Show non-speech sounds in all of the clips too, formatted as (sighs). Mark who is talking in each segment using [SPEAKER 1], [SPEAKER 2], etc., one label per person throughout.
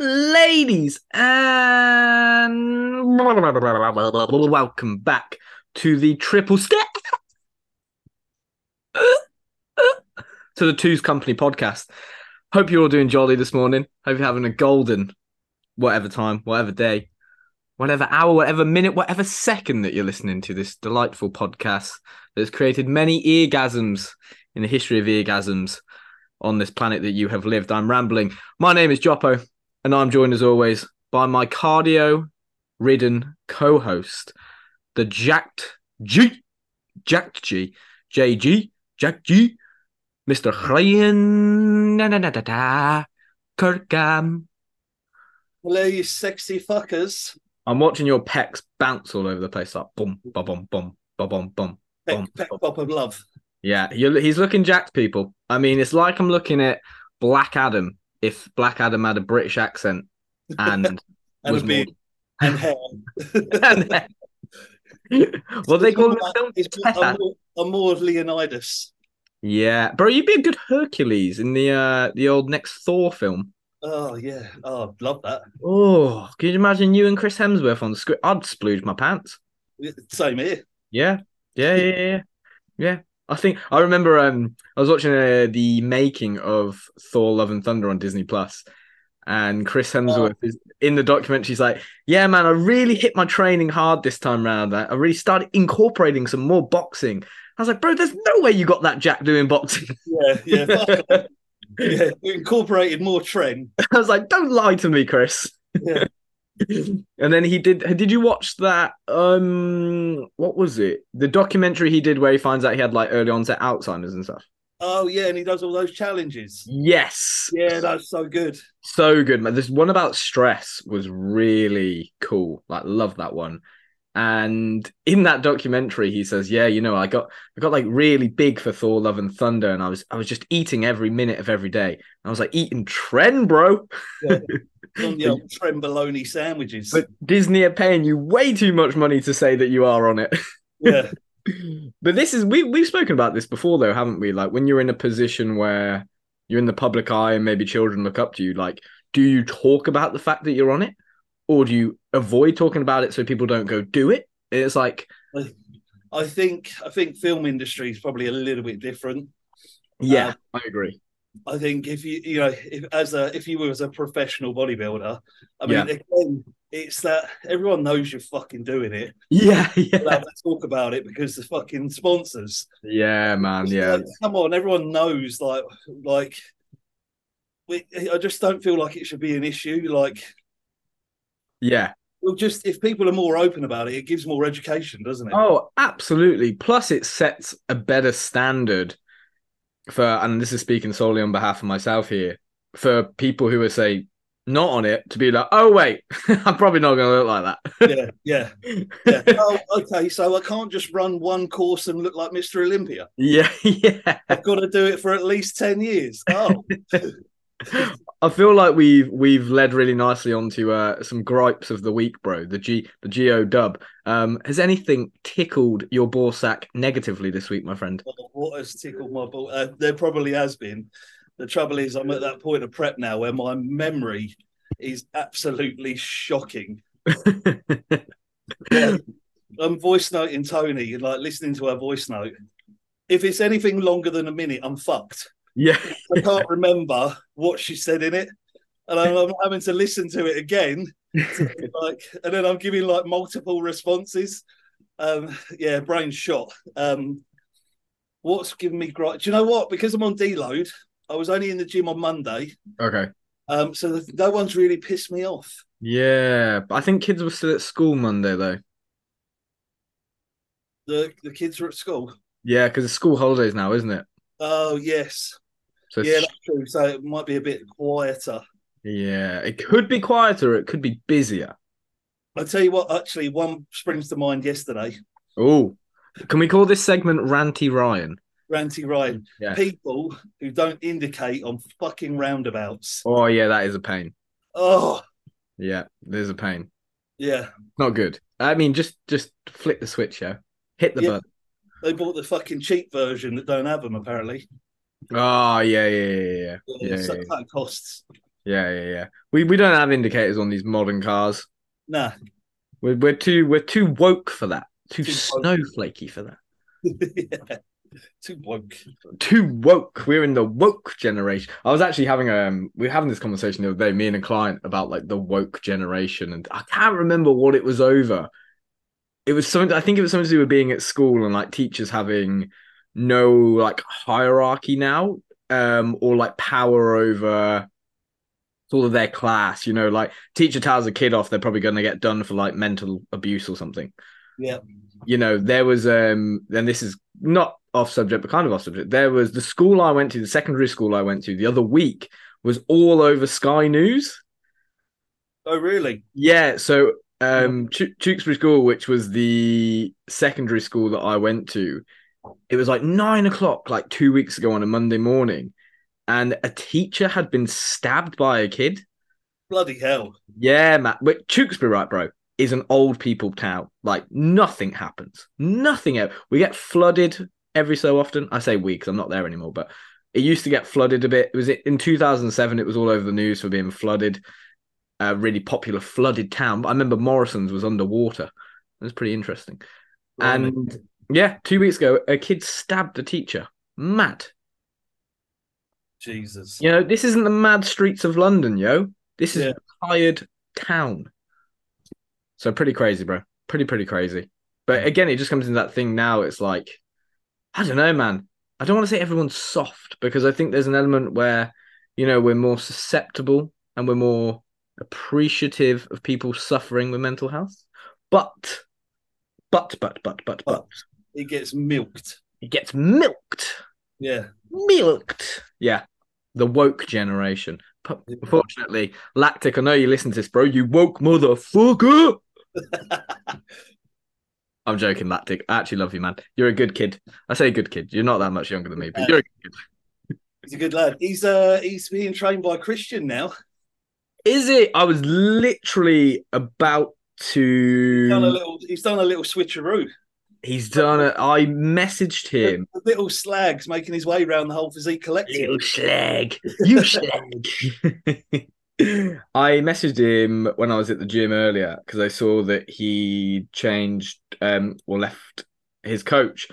[SPEAKER 1] Ladies and welcome back to the triple step to the Twos Company podcast. Hope you're all doing jolly this morning. Hope you're having a golden whatever time, whatever day, whatever hour, whatever minute, whatever second that you're listening to this delightful podcast that's created many eargasms in the history of eargasms on this planet that you have lived. I'm rambling. My name is Joppo, and I'm joined as always by my cardio ridden co host, the jacked G, jacked G, JG, Jack G, Mr. Ryan na, na, na, da, da, Kirkham.
[SPEAKER 2] Hello, you sexy fuckers.
[SPEAKER 1] I'm watching your pecs bounce all over the place like boom, ba boom, boom, ba boom, boom.
[SPEAKER 2] Peck,
[SPEAKER 1] Bum,
[SPEAKER 2] peck,
[SPEAKER 1] bum.
[SPEAKER 2] pop of love.
[SPEAKER 1] Yeah, you're, he's looking jacked, people. I mean, it's like I'm looking at Black Adam if Black Adam had a British accent and
[SPEAKER 2] And
[SPEAKER 1] was
[SPEAKER 2] a beard and hair.
[SPEAKER 1] (laughs) more. what they call him? in film?
[SPEAKER 2] He's a, more, um, a more of Leonidas.
[SPEAKER 1] Yeah, bro, you'd be a good Hercules in the uh the old next Thor film.
[SPEAKER 2] Oh, yeah. Oh, love that.
[SPEAKER 1] Oh, can you imagine you and Chris Hemsworth on the script? I'd splooge my pants.
[SPEAKER 2] Same here.
[SPEAKER 1] Yeah, yeah, yeah, yeah, yeah. yeah. I think I remember. Um, I was watching uh, the making of Thor: Love and Thunder on Disney Plus, and Chris Hemsworth is in the documentary. He's like, "Yeah, man, I really hit my training hard this time round. I, I really started incorporating some more boxing." I was like, "Bro, there's no way you got that Jack doing boxing." (laughs)
[SPEAKER 2] Yeah, yeah. fuck off.
[SPEAKER 1] I
[SPEAKER 2] yeah. We incorporated more trend.
[SPEAKER 1] was like, "Don't lie to me, Chris."
[SPEAKER 2] Yeah.
[SPEAKER 1] (laughs) and then he did. Did you watch that? Um, what was it? The documentary he did where he finds out he had like early onset Alzheimer's and stuff.
[SPEAKER 2] Oh, yeah. And he does all those challenges.
[SPEAKER 1] Yes.
[SPEAKER 2] Yeah, that's so good.
[SPEAKER 1] So good, man. This one about stress was really cool. Like, love that one. And in that documentary, he says, "Yeah, you know, I got I got like really big for Thor: Love and Thunder, and I was I was just eating every minute of every day. I was like eating trend, bro.
[SPEAKER 2] On the old trend bologna sandwiches.
[SPEAKER 1] But Disney are paying you way too much money to say that you are on it.
[SPEAKER 2] yeah.
[SPEAKER 1] (clears throat) but this is we we've spoken about this before, though, haven't we? Like when you're in a position where you're in the public eye and maybe children look up to you, like, do you talk about the fact that you're on it, or do you avoid talking about it so people don't go do it? It's like,
[SPEAKER 2] I think I think film industry is probably a little bit different.
[SPEAKER 1] yeah,
[SPEAKER 2] Um,
[SPEAKER 1] I agree. (laughs)
[SPEAKER 2] I think if you you know if, as a if you were as a professional bodybuilder, I mean
[SPEAKER 1] Yeah.
[SPEAKER 2] again, it's that everyone knows you're fucking
[SPEAKER 1] (laughs)
[SPEAKER 2] doing it.
[SPEAKER 1] Yeah,
[SPEAKER 2] But
[SPEAKER 1] yeah,
[SPEAKER 2] have to talk about it because the fucking sponsors.
[SPEAKER 1] yeah, man,
[SPEAKER 2] It's
[SPEAKER 1] yeah,
[SPEAKER 2] like, come on, everyone knows. Like like, we, I just don't feel like it should be an issue. Like
[SPEAKER 1] yeah.
[SPEAKER 2] well, just if people are more open about it, it gives more education, doesn't it?
[SPEAKER 1] Oh, absolutely. Plus, it sets a better standard for, and this is speaking solely on behalf of myself here, for people who are, say, not on it to be like, oh, wait, (laughs) I'm probably not going to look like that. (laughs)
[SPEAKER 2] Yeah, yeah, yeah. oh, okay. So I can't just run one course and look like Mr. Olympia.
[SPEAKER 1] yeah, yeah.
[SPEAKER 2] I've got to do it for at least ten years. Oh,
[SPEAKER 1] I feel like we've we've led really nicely onto uh, some gripes of the week, bro. The G the Geo dub. Um, has anything tickled your ball sack negatively this week, my friend?
[SPEAKER 2] Oh, What has tickled my ball? Uh, there probably has been. The trouble is, I'm at that point of prep now where my memory is absolutely shocking. Like, I'm voice noting Tony and like listening to her voice note. If it's anything longer than a minute, I'm fucked.
[SPEAKER 1] yeah. (laughs)
[SPEAKER 2] I can't remember what she said in it, and I'm, I'm having to listen to it again. Like, and then I'm giving like multiple responses. Um, yeah, brain shot. Um, what's given me gripe? Do you know what? Because I'm on deload, I was only in the gym on Monday,
[SPEAKER 1] okay.
[SPEAKER 2] um, so no one's really pissed me off.
[SPEAKER 1] Yeah, but I think kids were still at school Monday though.
[SPEAKER 2] The the kids are at school.
[SPEAKER 1] Yeah, because it's school holidays now, isn't it?
[SPEAKER 2] Oh yes,
[SPEAKER 1] So
[SPEAKER 2] yeah,
[SPEAKER 1] yeah,
[SPEAKER 2] that's true. So it might be a bit quieter.
[SPEAKER 1] yeah, it could be quieter. It could be busier.
[SPEAKER 2] I tell you what, actually, one springs to mind yesterday.
[SPEAKER 1] Oh, can we call this segment Ranty Ryan?
[SPEAKER 2] Ranty Ryan,
[SPEAKER 1] Yeah.
[SPEAKER 2] people who don't indicate on fucking roundabouts.
[SPEAKER 1] Oh yeah, that is a pain.
[SPEAKER 2] Oh
[SPEAKER 1] Yeah, there's a pain.
[SPEAKER 2] yeah,
[SPEAKER 1] Not good. I mean, just just flick the switch, yeah. Hit the
[SPEAKER 2] Yeah.
[SPEAKER 1] button.
[SPEAKER 2] They bought the fucking cheap version that don't have them apparently.
[SPEAKER 1] Ah, Oh yeah, yeah, yeah, yeah, yeah,
[SPEAKER 2] so
[SPEAKER 1] yeah.
[SPEAKER 2] that costs.
[SPEAKER 1] Yeah, yeah, yeah. We we don't have indicators on these modern cars.
[SPEAKER 2] Nah. (laughs)
[SPEAKER 1] We're we're too we're too woke for that. Too,
[SPEAKER 2] Too woke.
[SPEAKER 1] snowflakey for that.
[SPEAKER 2] yeah. Too woke.
[SPEAKER 1] Too woke. We're in the woke generation. I was actually having um we were having this conversation the other day, me and a client about like the woke generation, and I can't remember what it was over. It was something I think it was something to do with being at school and like teachers having no like hierarchy now, um, or like power over sort of their class, you know, like teacher tells a kid off, they're probably gonna get done for like mental abuse or something.
[SPEAKER 2] Yeah.
[SPEAKER 1] you know, there was um and this is not off subject, but kind of off subject. There was the school I went to, the secondary school I went to the other week was all over Sky News.
[SPEAKER 2] Oh, really?
[SPEAKER 1] Yeah, so um Ch- Tewkesbury School, which was the secondary school that I went to, it was like nine o'clock, like two weeks ago on a Monday morning, and a teacher had been stabbed by a kid.
[SPEAKER 2] Bloody hell.
[SPEAKER 1] Yeah, Matt. But Tewkesbury, right, bro, is an old people town. Like nothing happens. Nothing. Ever. We get flooded every so often. I say we because I'm not there anymore, but it used to get flooded a bit. It was in 2007. It was all over the news for being flooded. A really popular flooded town. I remember Morrison's was underwater. It was pretty interesting. And yeah, two weeks ago, a kid stabbed a teacher. Mad.
[SPEAKER 2] Jesus.
[SPEAKER 1] You know, this isn't the mad streets of London, yo. This is
[SPEAKER 2] Yeah.
[SPEAKER 1] a tired town. So pretty crazy, bro. Pretty, pretty crazy. But again, it just comes into that thing now. It's like, I don't know, man. I don't want to say everyone's soft because I think there's an element where, you know, we're more susceptible and we're more appreciative of people suffering with mental health. But, but, but, but, but, but,
[SPEAKER 2] It gets milked.
[SPEAKER 1] it gets milked
[SPEAKER 2] Yeah.
[SPEAKER 1] milked. Yeah, the woke generation. P- Unfortunately, Lactic, I know you listen to this, bro. You woke motherfucker.
[SPEAKER 2] (laughs)
[SPEAKER 1] I'm joking, Lactic. I actually love you, man. You're a good kid. I say good kid. You're not that much younger than me, but you're a good
[SPEAKER 2] He's a good lad. He's uh he's being trained by Christian now.
[SPEAKER 1] kid. Is it? I was literally about
[SPEAKER 2] He's done a
[SPEAKER 1] to.
[SPEAKER 2] little he's done a little switcheroo.
[SPEAKER 1] He's done it. I messaged him.
[SPEAKER 2] The little slag's making his way around the whole physique collective.
[SPEAKER 1] Little slag. You slag. (laughs) I messaged him when I was at the gym earlier because I saw that he changed um or left his coach.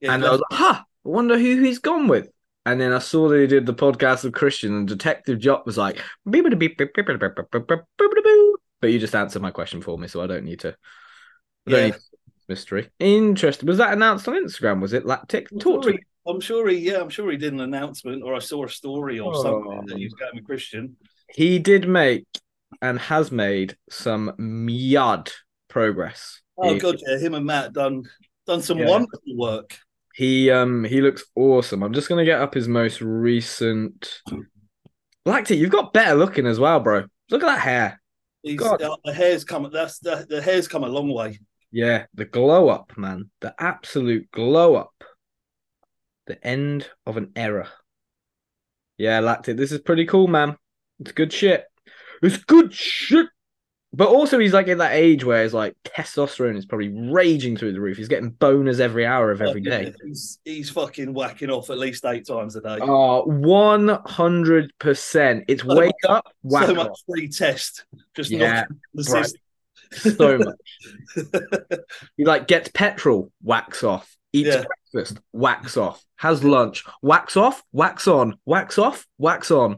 [SPEAKER 2] Yeah,
[SPEAKER 1] and I was like, huh, I wonder who he's gone with. And then I saw that he did the podcast with Christian and Detective Jock was like, but you just answered my question for me, so I don't need to. I don't
[SPEAKER 2] Yeah.
[SPEAKER 1] need to- mystery. Interesting. Was that announced on Instagram? Was it Lactic?
[SPEAKER 2] I'm
[SPEAKER 1] Talk to
[SPEAKER 2] sure
[SPEAKER 1] me.
[SPEAKER 2] he- I'm sure he yeah, I'm sure he did an announcement or I saw a story or
[SPEAKER 1] Oh.
[SPEAKER 2] something that he was going with Christian.
[SPEAKER 1] He did make and has made some myad progress.
[SPEAKER 2] Oh
[SPEAKER 1] he,
[SPEAKER 2] god, yeah, him and Matt done done some
[SPEAKER 1] Yeah.
[SPEAKER 2] wonderful work.
[SPEAKER 1] He um he looks awesome. I'm just gonna get up his most recent. Lactic, you've got better looking as well, bro. Look at that hair.
[SPEAKER 2] He's,
[SPEAKER 1] God.
[SPEAKER 2] uh, the hair's come that's the, the hair's come a long way.
[SPEAKER 1] Yeah, the glow up, man. The absolute glow up. The end of an era. Yeah, Lactic, this is pretty cool, man. It's good shit. It's good shit. But also, he's like at that age where it's like testosterone is probably raging through the roof. He's getting boners every hour of every
[SPEAKER 2] (laughs)
[SPEAKER 1] day.
[SPEAKER 2] He's, he's fucking whacking off at least eight times a day.
[SPEAKER 1] Oh, 100%. It's
[SPEAKER 2] So
[SPEAKER 1] wake up, whack
[SPEAKER 2] so
[SPEAKER 1] off.
[SPEAKER 2] much free test. Just
[SPEAKER 1] Yeah,
[SPEAKER 2] yeah, the
[SPEAKER 1] bro.
[SPEAKER 2] system.
[SPEAKER 1] so much. he like gets petrol, wax off, eats
[SPEAKER 2] Yeah.
[SPEAKER 1] breakfast, wax off, has lunch, wax off, wax on, wax off, wax on.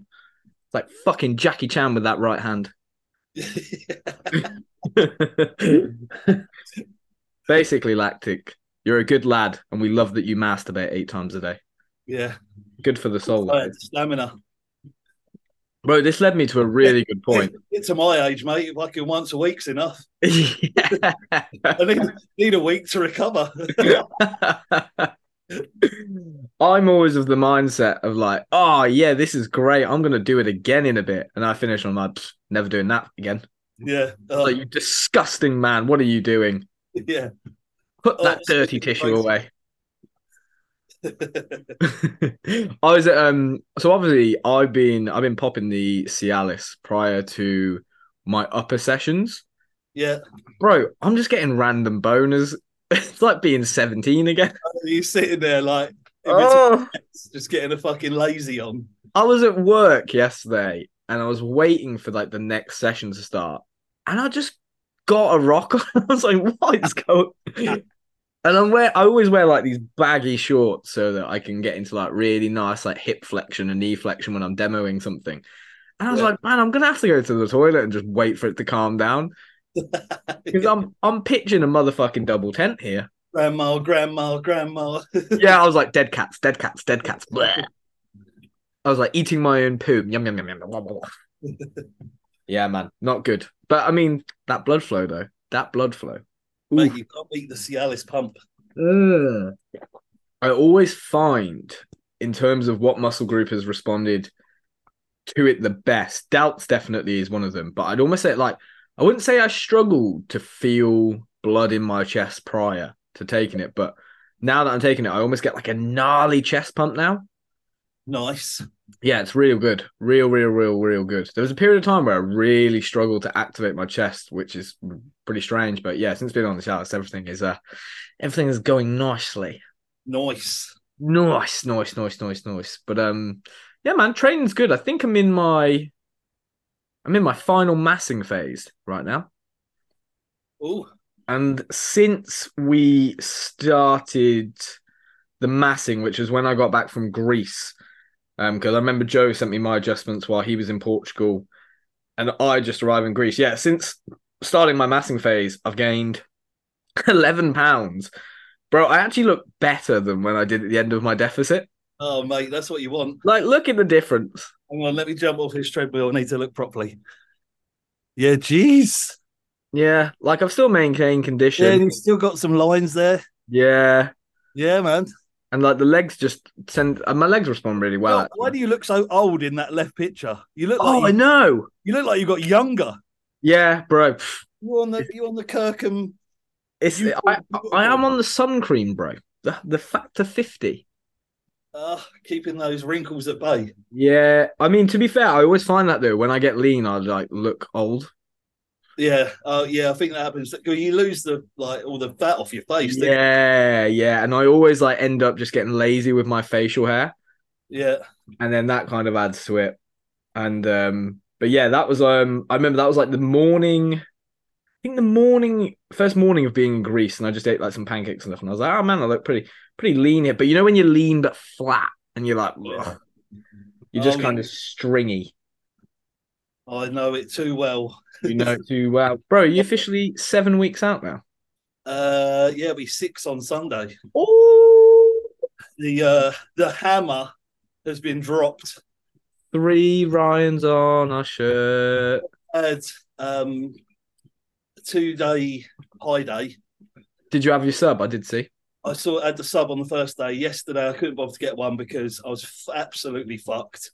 [SPEAKER 1] It's like fucking Jackie Chan with that right hand. Basically, lactic. You're a good lad, and we love that you masturbate eight times a day.
[SPEAKER 2] (laughs) yeah.
[SPEAKER 1] Good for the soul, that
[SPEAKER 2] Tired,
[SPEAKER 1] is.
[SPEAKER 2] stamina.
[SPEAKER 1] bro. This led me to a really good
[SPEAKER 2] (laughs)
[SPEAKER 1] point.
[SPEAKER 2] Get to my age, mate. Fucking once a week's enough.
[SPEAKER 1] Yeah.
[SPEAKER 2] I need, need a week
[SPEAKER 1] (laughs)
[SPEAKER 2] to recover. (laughs)
[SPEAKER 1] I'm always of the mindset of like, oh yeah, this is great. I'm gonna do it again in a bit, and I finish. And I'm like, "Pfft, never doing that again.
[SPEAKER 2] yeah.
[SPEAKER 1] It's
[SPEAKER 2] Oh,
[SPEAKER 1] like you disgusting man. What are you doing?
[SPEAKER 2] (laughs) yeah.
[SPEAKER 1] Put
[SPEAKER 2] Oh,
[SPEAKER 1] that
[SPEAKER 2] it's
[SPEAKER 1] dirty
[SPEAKER 2] fucking
[SPEAKER 1] tissue
[SPEAKER 2] crazy. (laughs)
[SPEAKER 1] away. I was at, um so obviously I've been I've been popping the Cialis prior to my upper sessions,
[SPEAKER 2] yeah.
[SPEAKER 1] bro. I'm just getting random boners. (laughs) It's like being 17 again.
[SPEAKER 2] You're sitting there like if it's
[SPEAKER 1] Oh.
[SPEAKER 2] just getting a fucking lazy on.
[SPEAKER 1] I was at work yesterday and I was waiting for like the next session to start, and I just got a rock on. (laughs) I was like, what is going? (laughs) and I'm wear I always wear like these baggy shorts so that I can get into like really nice like hip flexion and knee flexion when I'm demoing something. And I was
[SPEAKER 2] Yeah.
[SPEAKER 1] like, man, I'm gonna have to go to the toilet and just wait for it to calm down because I'm I'm pitching a motherfucking double tent here.
[SPEAKER 2] grandma, grandma, grandma.
[SPEAKER 1] yeah, I was like dead cats, dead cats, dead cats. bleh. I was like eating my own poo. Yum yum yum yum. Blah, blah, blah. yeah, man, not good. But I mean, that blood flow though, that blood flow. Ooh.
[SPEAKER 2] Mate, you can't beat the Cialis pump.
[SPEAKER 1] Ugh. I always find, in terms of what muscle group has responded to it the best, doubts definitely is one of them. But I'd almost say, like, I wouldn't say I struggled to feel blood in my chest prior to taking it. But now that I'm taking it, I almost get like a gnarly chest pump now.
[SPEAKER 2] Nice.
[SPEAKER 1] Yeah, it's real good. Real, real, real, real good. There was a period of time where I really struggled to activate my chest, which is pretty strange. But yeah, since being on the Chalice, everything is uh everything is going nicely.
[SPEAKER 2] Nice.
[SPEAKER 1] Nice, nice, nice, nice, nice. But um, yeah, man, training's good. I think I'm in my, I'm in my final massing phase right now.
[SPEAKER 2] Oh,
[SPEAKER 1] And since we started the massing, which was when I got back from Greece, um, because I remember Joe sent me my adjustments while he was in Portugal, and I just arrived in Greece. Yeah, since starting my massing phase, I've gained (laughs) eleven pounds, bro. I actually look better than when I did at the end of my deficit.
[SPEAKER 2] oh, mate, that's what you want.
[SPEAKER 1] Like, look at the difference.
[SPEAKER 2] Hang on, let me jump off his treadmill. I need to look properly. Yeah, jeez.
[SPEAKER 1] Yeah, like I've still maintained
[SPEAKER 2] Yeah, and
[SPEAKER 1] condition.
[SPEAKER 2] he's still got some lines there.
[SPEAKER 1] Yeah,
[SPEAKER 2] Yeah, man.
[SPEAKER 1] and like the legs just send. And my legs respond really well.
[SPEAKER 2] God, why
[SPEAKER 1] actually.
[SPEAKER 2] do you look so old in that left picture? You look
[SPEAKER 1] oh, I
[SPEAKER 2] like you,
[SPEAKER 1] know.
[SPEAKER 2] you look like you got younger.
[SPEAKER 1] Yeah, bro. Pff,
[SPEAKER 2] You on the you on the Kirkham.
[SPEAKER 1] It's
[SPEAKER 2] You-
[SPEAKER 1] I, I am on the sun cream, bro. The, the factor fifty.
[SPEAKER 2] Uh, keeping those wrinkles at bay.
[SPEAKER 1] Yeah, I mean to be fair, I always find that though. When I get lean, I like look old.
[SPEAKER 2] Yeah, uh, yeah, I think that happens. You lose the like all the fat off your face. don't you?
[SPEAKER 1] Yeah, yeah, and I always like end up just getting lazy with my facial hair,
[SPEAKER 2] yeah.
[SPEAKER 1] and then that kind of adds to it. And um, but yeah, that was um, I remember that was like the morning. I think the morning, first morning of being in Greece, and I just ate like some pancakes and stuff, and I was like, oh man, I look pretty, pretty lean here. But you know when you're lean but flat, and you're like,
[SPEAKER 2] Yeah.
[SPEAKER 1] "Ugh." you're just
[SPEAKER 2] Oh,
[SPEAKER 1] kind of stringy.
[SPEAKER 2] I know it too well.
[SPEAKER 1] You know too well, bro. Are you officially seven weeks out now.
[SPEAKER 2] Uh, yeah, we six on Sunday.
[SPEAKER 1] Oh,
[SPEAKER 2] The uh, the hammer has been dropped.
[SPEAKER 1] three Ryans on our shirt.
[SPEAKER 2] Had um, two day high day.
[SPEAKER 1] Did you have your sub? I did see.
[SPEAKER 2] I saw had the sub on the first day. Yesterday, I couldn't bother to get one because I was f- absolutely fucked,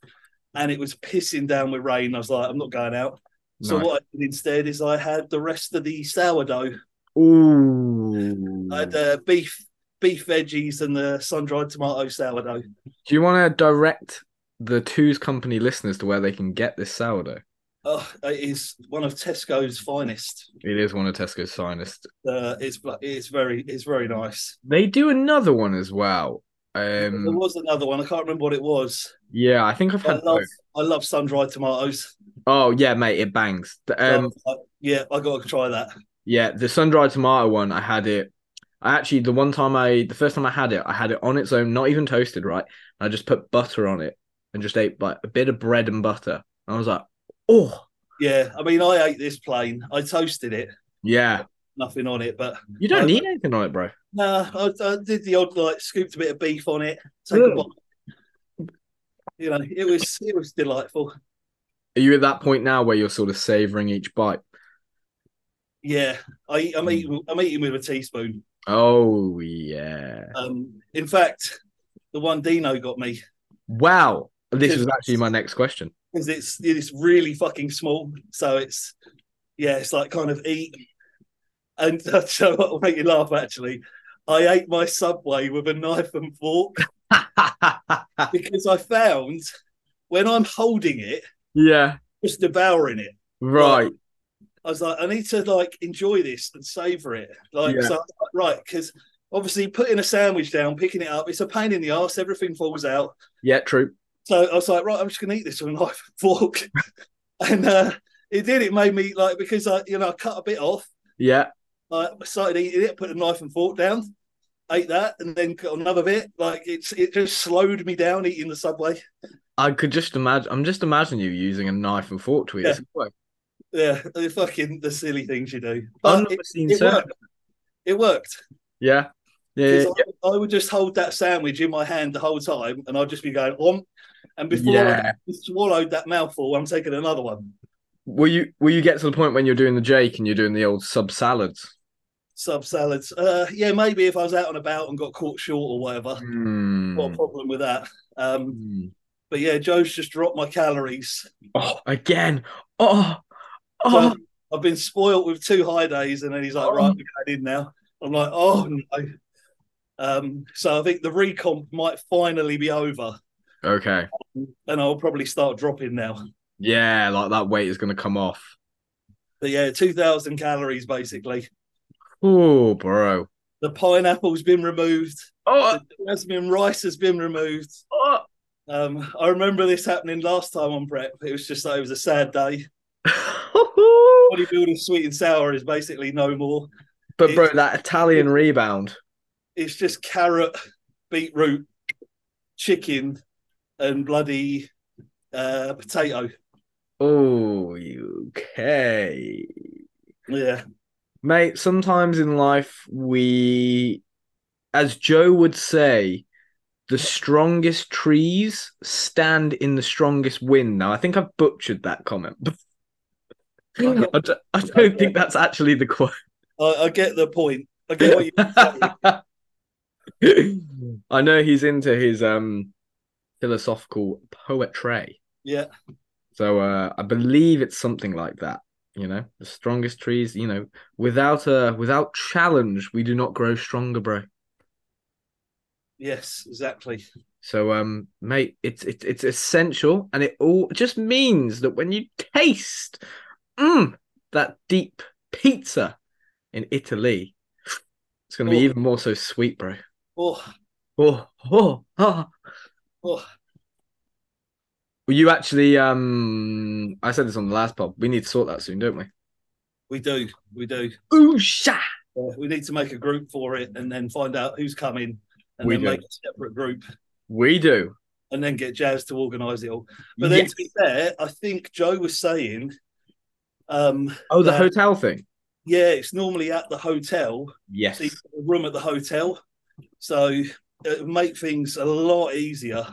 [SPEAKER 2] and it was pissing down with rain. I was like, I'm not going out. So
[SPEAKER 1] Nice.
[SPEAKER 2] what I did instead is I had the rest of the sourdough.
[SPEAKER 1] Ooh.
[SPEAKER 2] I had uh, beef, beef veggies, and the sun dried tomato sourdough.
[SPEAKER 1] Do you want to direct the Two's Company listeners to where they can get this sourdough?
[SPEAKER 2] Oh, it is one of Tesco's finest.
[SPEAKER 1] It is one of Tesco's finest.
[SPEAKER 2] Uh, it's bl- it's very it's very nice.
[SPEAKER 1] They do another one as well.
[SPEAKER 2] There
[SPEAKER 1] Um,
[SPEAKER 2] was another one. I can't remember what it was.
[SPEAKER 1] yeah, I think I've
[SPEAKER 2] I
[SPEAKER 1] had.
[SPEAKER 2] love
[SPEAKER 1] both.
[SPEAKER 2] I love sun dried tomatoes.
[SPEAKER 1] Oh yeah, mate, it bangs. The- Um,
[SPEAKER 2] Uh, yeah, I got to try that.
[SPEAKER 1] Yeah, the sun dried tomato one, I had it. I actually, the one time I, the first time I had it, I had it on its own, not even toasted, right? And I just put butter on it and just ate like a bit of bread and butter. And I was like, oh,
[SPEAKER 2] Yeah, I mean, I ate this plain. I toasted it,
[SPEAKER 1] yeah.
[SPEAKER 2] nothing on it, but
[SPEAKER 1] You don't
[SPEAKER 2] I-
[SPEAKER 1] need anything on it, bro.
[SPEAKER 2] nah, I, I did the odd like scooped a bit of beef on it. Take
[SPEAKER 1] Really?
[SPEAKER 2] a bite. You know, it was it was delightful.
[SPEAKER 1] Are you at that point now where you're sort of savoring each bite?
[SPEAKER 2] Yeah, I eat, I'm
[SPEAKER 1] Mm.
[SPEAKER 2] eating I'm eating with a teaspoon.
[SPEAKER 1] Oh, yeah.
[SPEAKER 2] Um, in fact, the one Dino got me
[SPEAKER 1] Wow. This
[SPEAKER 2] Because-
[SPEAKER 1] was actually my next
[SPEAKER 2] (laughs)
[SPEAKER 1] question.
[SPEAKER 2] because it's it's really fucking small. So it's yeah, it's like kind of eat. And (laughs) uh, so what will make you laugh actually. I ate my subway with a knife and
[SPEAKER 1] (laughs)
[SPEAKER 2] fork because I found when I'm holding it,
[SPEAKER 1] yeah.
[SPEAKER 2] just devouring it.
[SPEAKER 1] Right.
[SPEAKER 2] I was like, I need to like enjoy this and savor it. Like
[SPEAKER 1] Yeah.
[SPEAKER 2] so, I was like, right? Because obviously, putting a sandwich down, picking it up, it's a pain in the ass. Everything falls out.
[SPEAKER 1] Yeah, true.
[SPEAKER 2] So I was like, right, I'm just gonna eat this with a knife and fork. (laughs) and uh, it did. It made me like because I, you know, I cut a bit off.
[SPEAKER 1] Yeah.
[SPEAKER 2] I started eating it, put the knife and fork down, ate that, and then got another bit. Like it's it just slowed me down eating the subway.
[SPEAKER 1] I could just imagine. I'm just imagining you using a knife and fork to eat.
[SPEAKER 2] Yeah.
[SPEAKER 1] this away.
[SPEAKER 2] Yeah, (laughs) the fucking the silly things you do.
[SPEAKER 1] I've
[SPEAKER 2] But
[SPEAKER 1] never
[SPEAKER 2] it,
[SPEAKER 1] seen
[SPEAKER 2] it
[SPEAKER 1] so-
[SPEAKER 2] worked. It worked.
[SPEAKER 1] Yeah. Yeah. yeah,
[SPEAKER 2] 'Cause I, I would just hold that sandwich in my hand the whole time, and I'd just be going on. And before
[SPEAKER 1] Yeah.
[SPEAKER 2] I swallowed that mouthful, I'm taking another one.
[SPEAKER 1] Will you will you get to the point when you're doing the Jake and you're doing the old sub salads?
[SPEAKER 2] Sub salads. Uh, yeah, maybe if I was out and about and got caught short or whatever, got a
[SPEAKER 1] Mm.
[SPEAKER 2] problem with that. Um,
[SPEAKER 1] Mm.
[SPEAKER 2] but yeah, Joe's just dropped my calories.
[SPEAKER 1] Oh, again. Oh,
[SPEAKER 2] So
[SPEAKER 1] oh.
[SPEAKER 2] I've been spoilt with two high days, and then he's like,
[SPEAKER 1] Oh.
[SPEAKER 2] "Right, we're going in now." I'm like, "Oh no!" Um, so I think the recomp might finally be over,
[SPEAKER 1] Okay.
[SPEAKER 2] and I'll probably start dropping now.
[SPEAKER 1] Yeah, like that weight is going to come off.
[SPEAKER 2] But yeah, two thousand calories basically.
[SPEAKER 1] Oh, bro.
[SPEAKER 2] The pineapple's been removed.
[SPEAKER 1] Oh,
[SPEAKER 2] The jasmine rice has been removed.
[SPEAKER 1] oh.
[SPEAKER 2] Um, I remember this happening last time on prep. It was just like it was a sad day.
[SPEAKER 1] oh. (laughs)
[SPEAKER 2] Bodybuilding sweet and sour is basically no more.
[SPEAKER 1] but bro, that Italian rebound.
[SPEAKER 2] it's just carrot, beetroot, chicken, and bloody uh, potato.
[SPEAKER 1] Oh, okay.
[SPEAKER 2] Yeah,
[SPEAKER 1] Mate, sometimes in life we as Joe would say, the strongest trees stand in the strongest wind. Now, I think I've butchered that comment. (laughs) I
[SPEAKER 2] Okay.
[SPEAKER 1] don't, I don't think that's actually the quote.
[SPEAKER 2] I, I get the point. I
[SPEAKER 1] (laughs)
[SPEAKER 2] get what you. Sorry.
[SPEAKER 1] I know he's into his um philosophical poetry.
[SPEAKER 2] Yeah,
[SPEAKER 1] So uh I believe it's something like that, you know. The strongest trees, you know, without uh without challenge we do not grow stronger, bro.
[SPEAKER 2] yes, exactly.
[SPEAKER 1] So um mate, it's it's it's essential and it all just means that when you taste mm, that deep pizza in Italy, it's gonna be
[SPEAKER 2] Oh.
[SPEAKER 1] even more so sweet, bro.
[SPEAKER 2] Oh,
[SPEAKER 1] Oh, oh, oh.
[SPEAKER 2] oh,
[SPEAKER 1] Well, you actually, um, I said this on the last pod. We need to sort that soon, don't we?
[SPEAKER 2] we do, we do.
[SPEAKER 1] Ooh, sha!
[SPEAKER 2] Uh, we need to make a group for it, and then find out who's coming, and
[SPEAKER 1] We
[SPEAKER 2] then
[SPEAKER 1] do.
[SPEAKER 2] make a separate group,
[SPEAKER 1] We do.
[SPEAKER 2] and then get Jazz to organise it all. But then,
[SPEAKER 1] Yes.
[SPEAKER 2] to be fair, I think Joe was saying, um,
[SPEAKER 1] oh, the
[SPEAKER 2] uh,
[SPEAKER 1] hotel thing.
[SPEAKER 2] yeah, it's normally at the hotel.
[SPEAKER 1] Yes.
[SPEAKER 2] so you got a room at the hotel. So it make things a lot easier.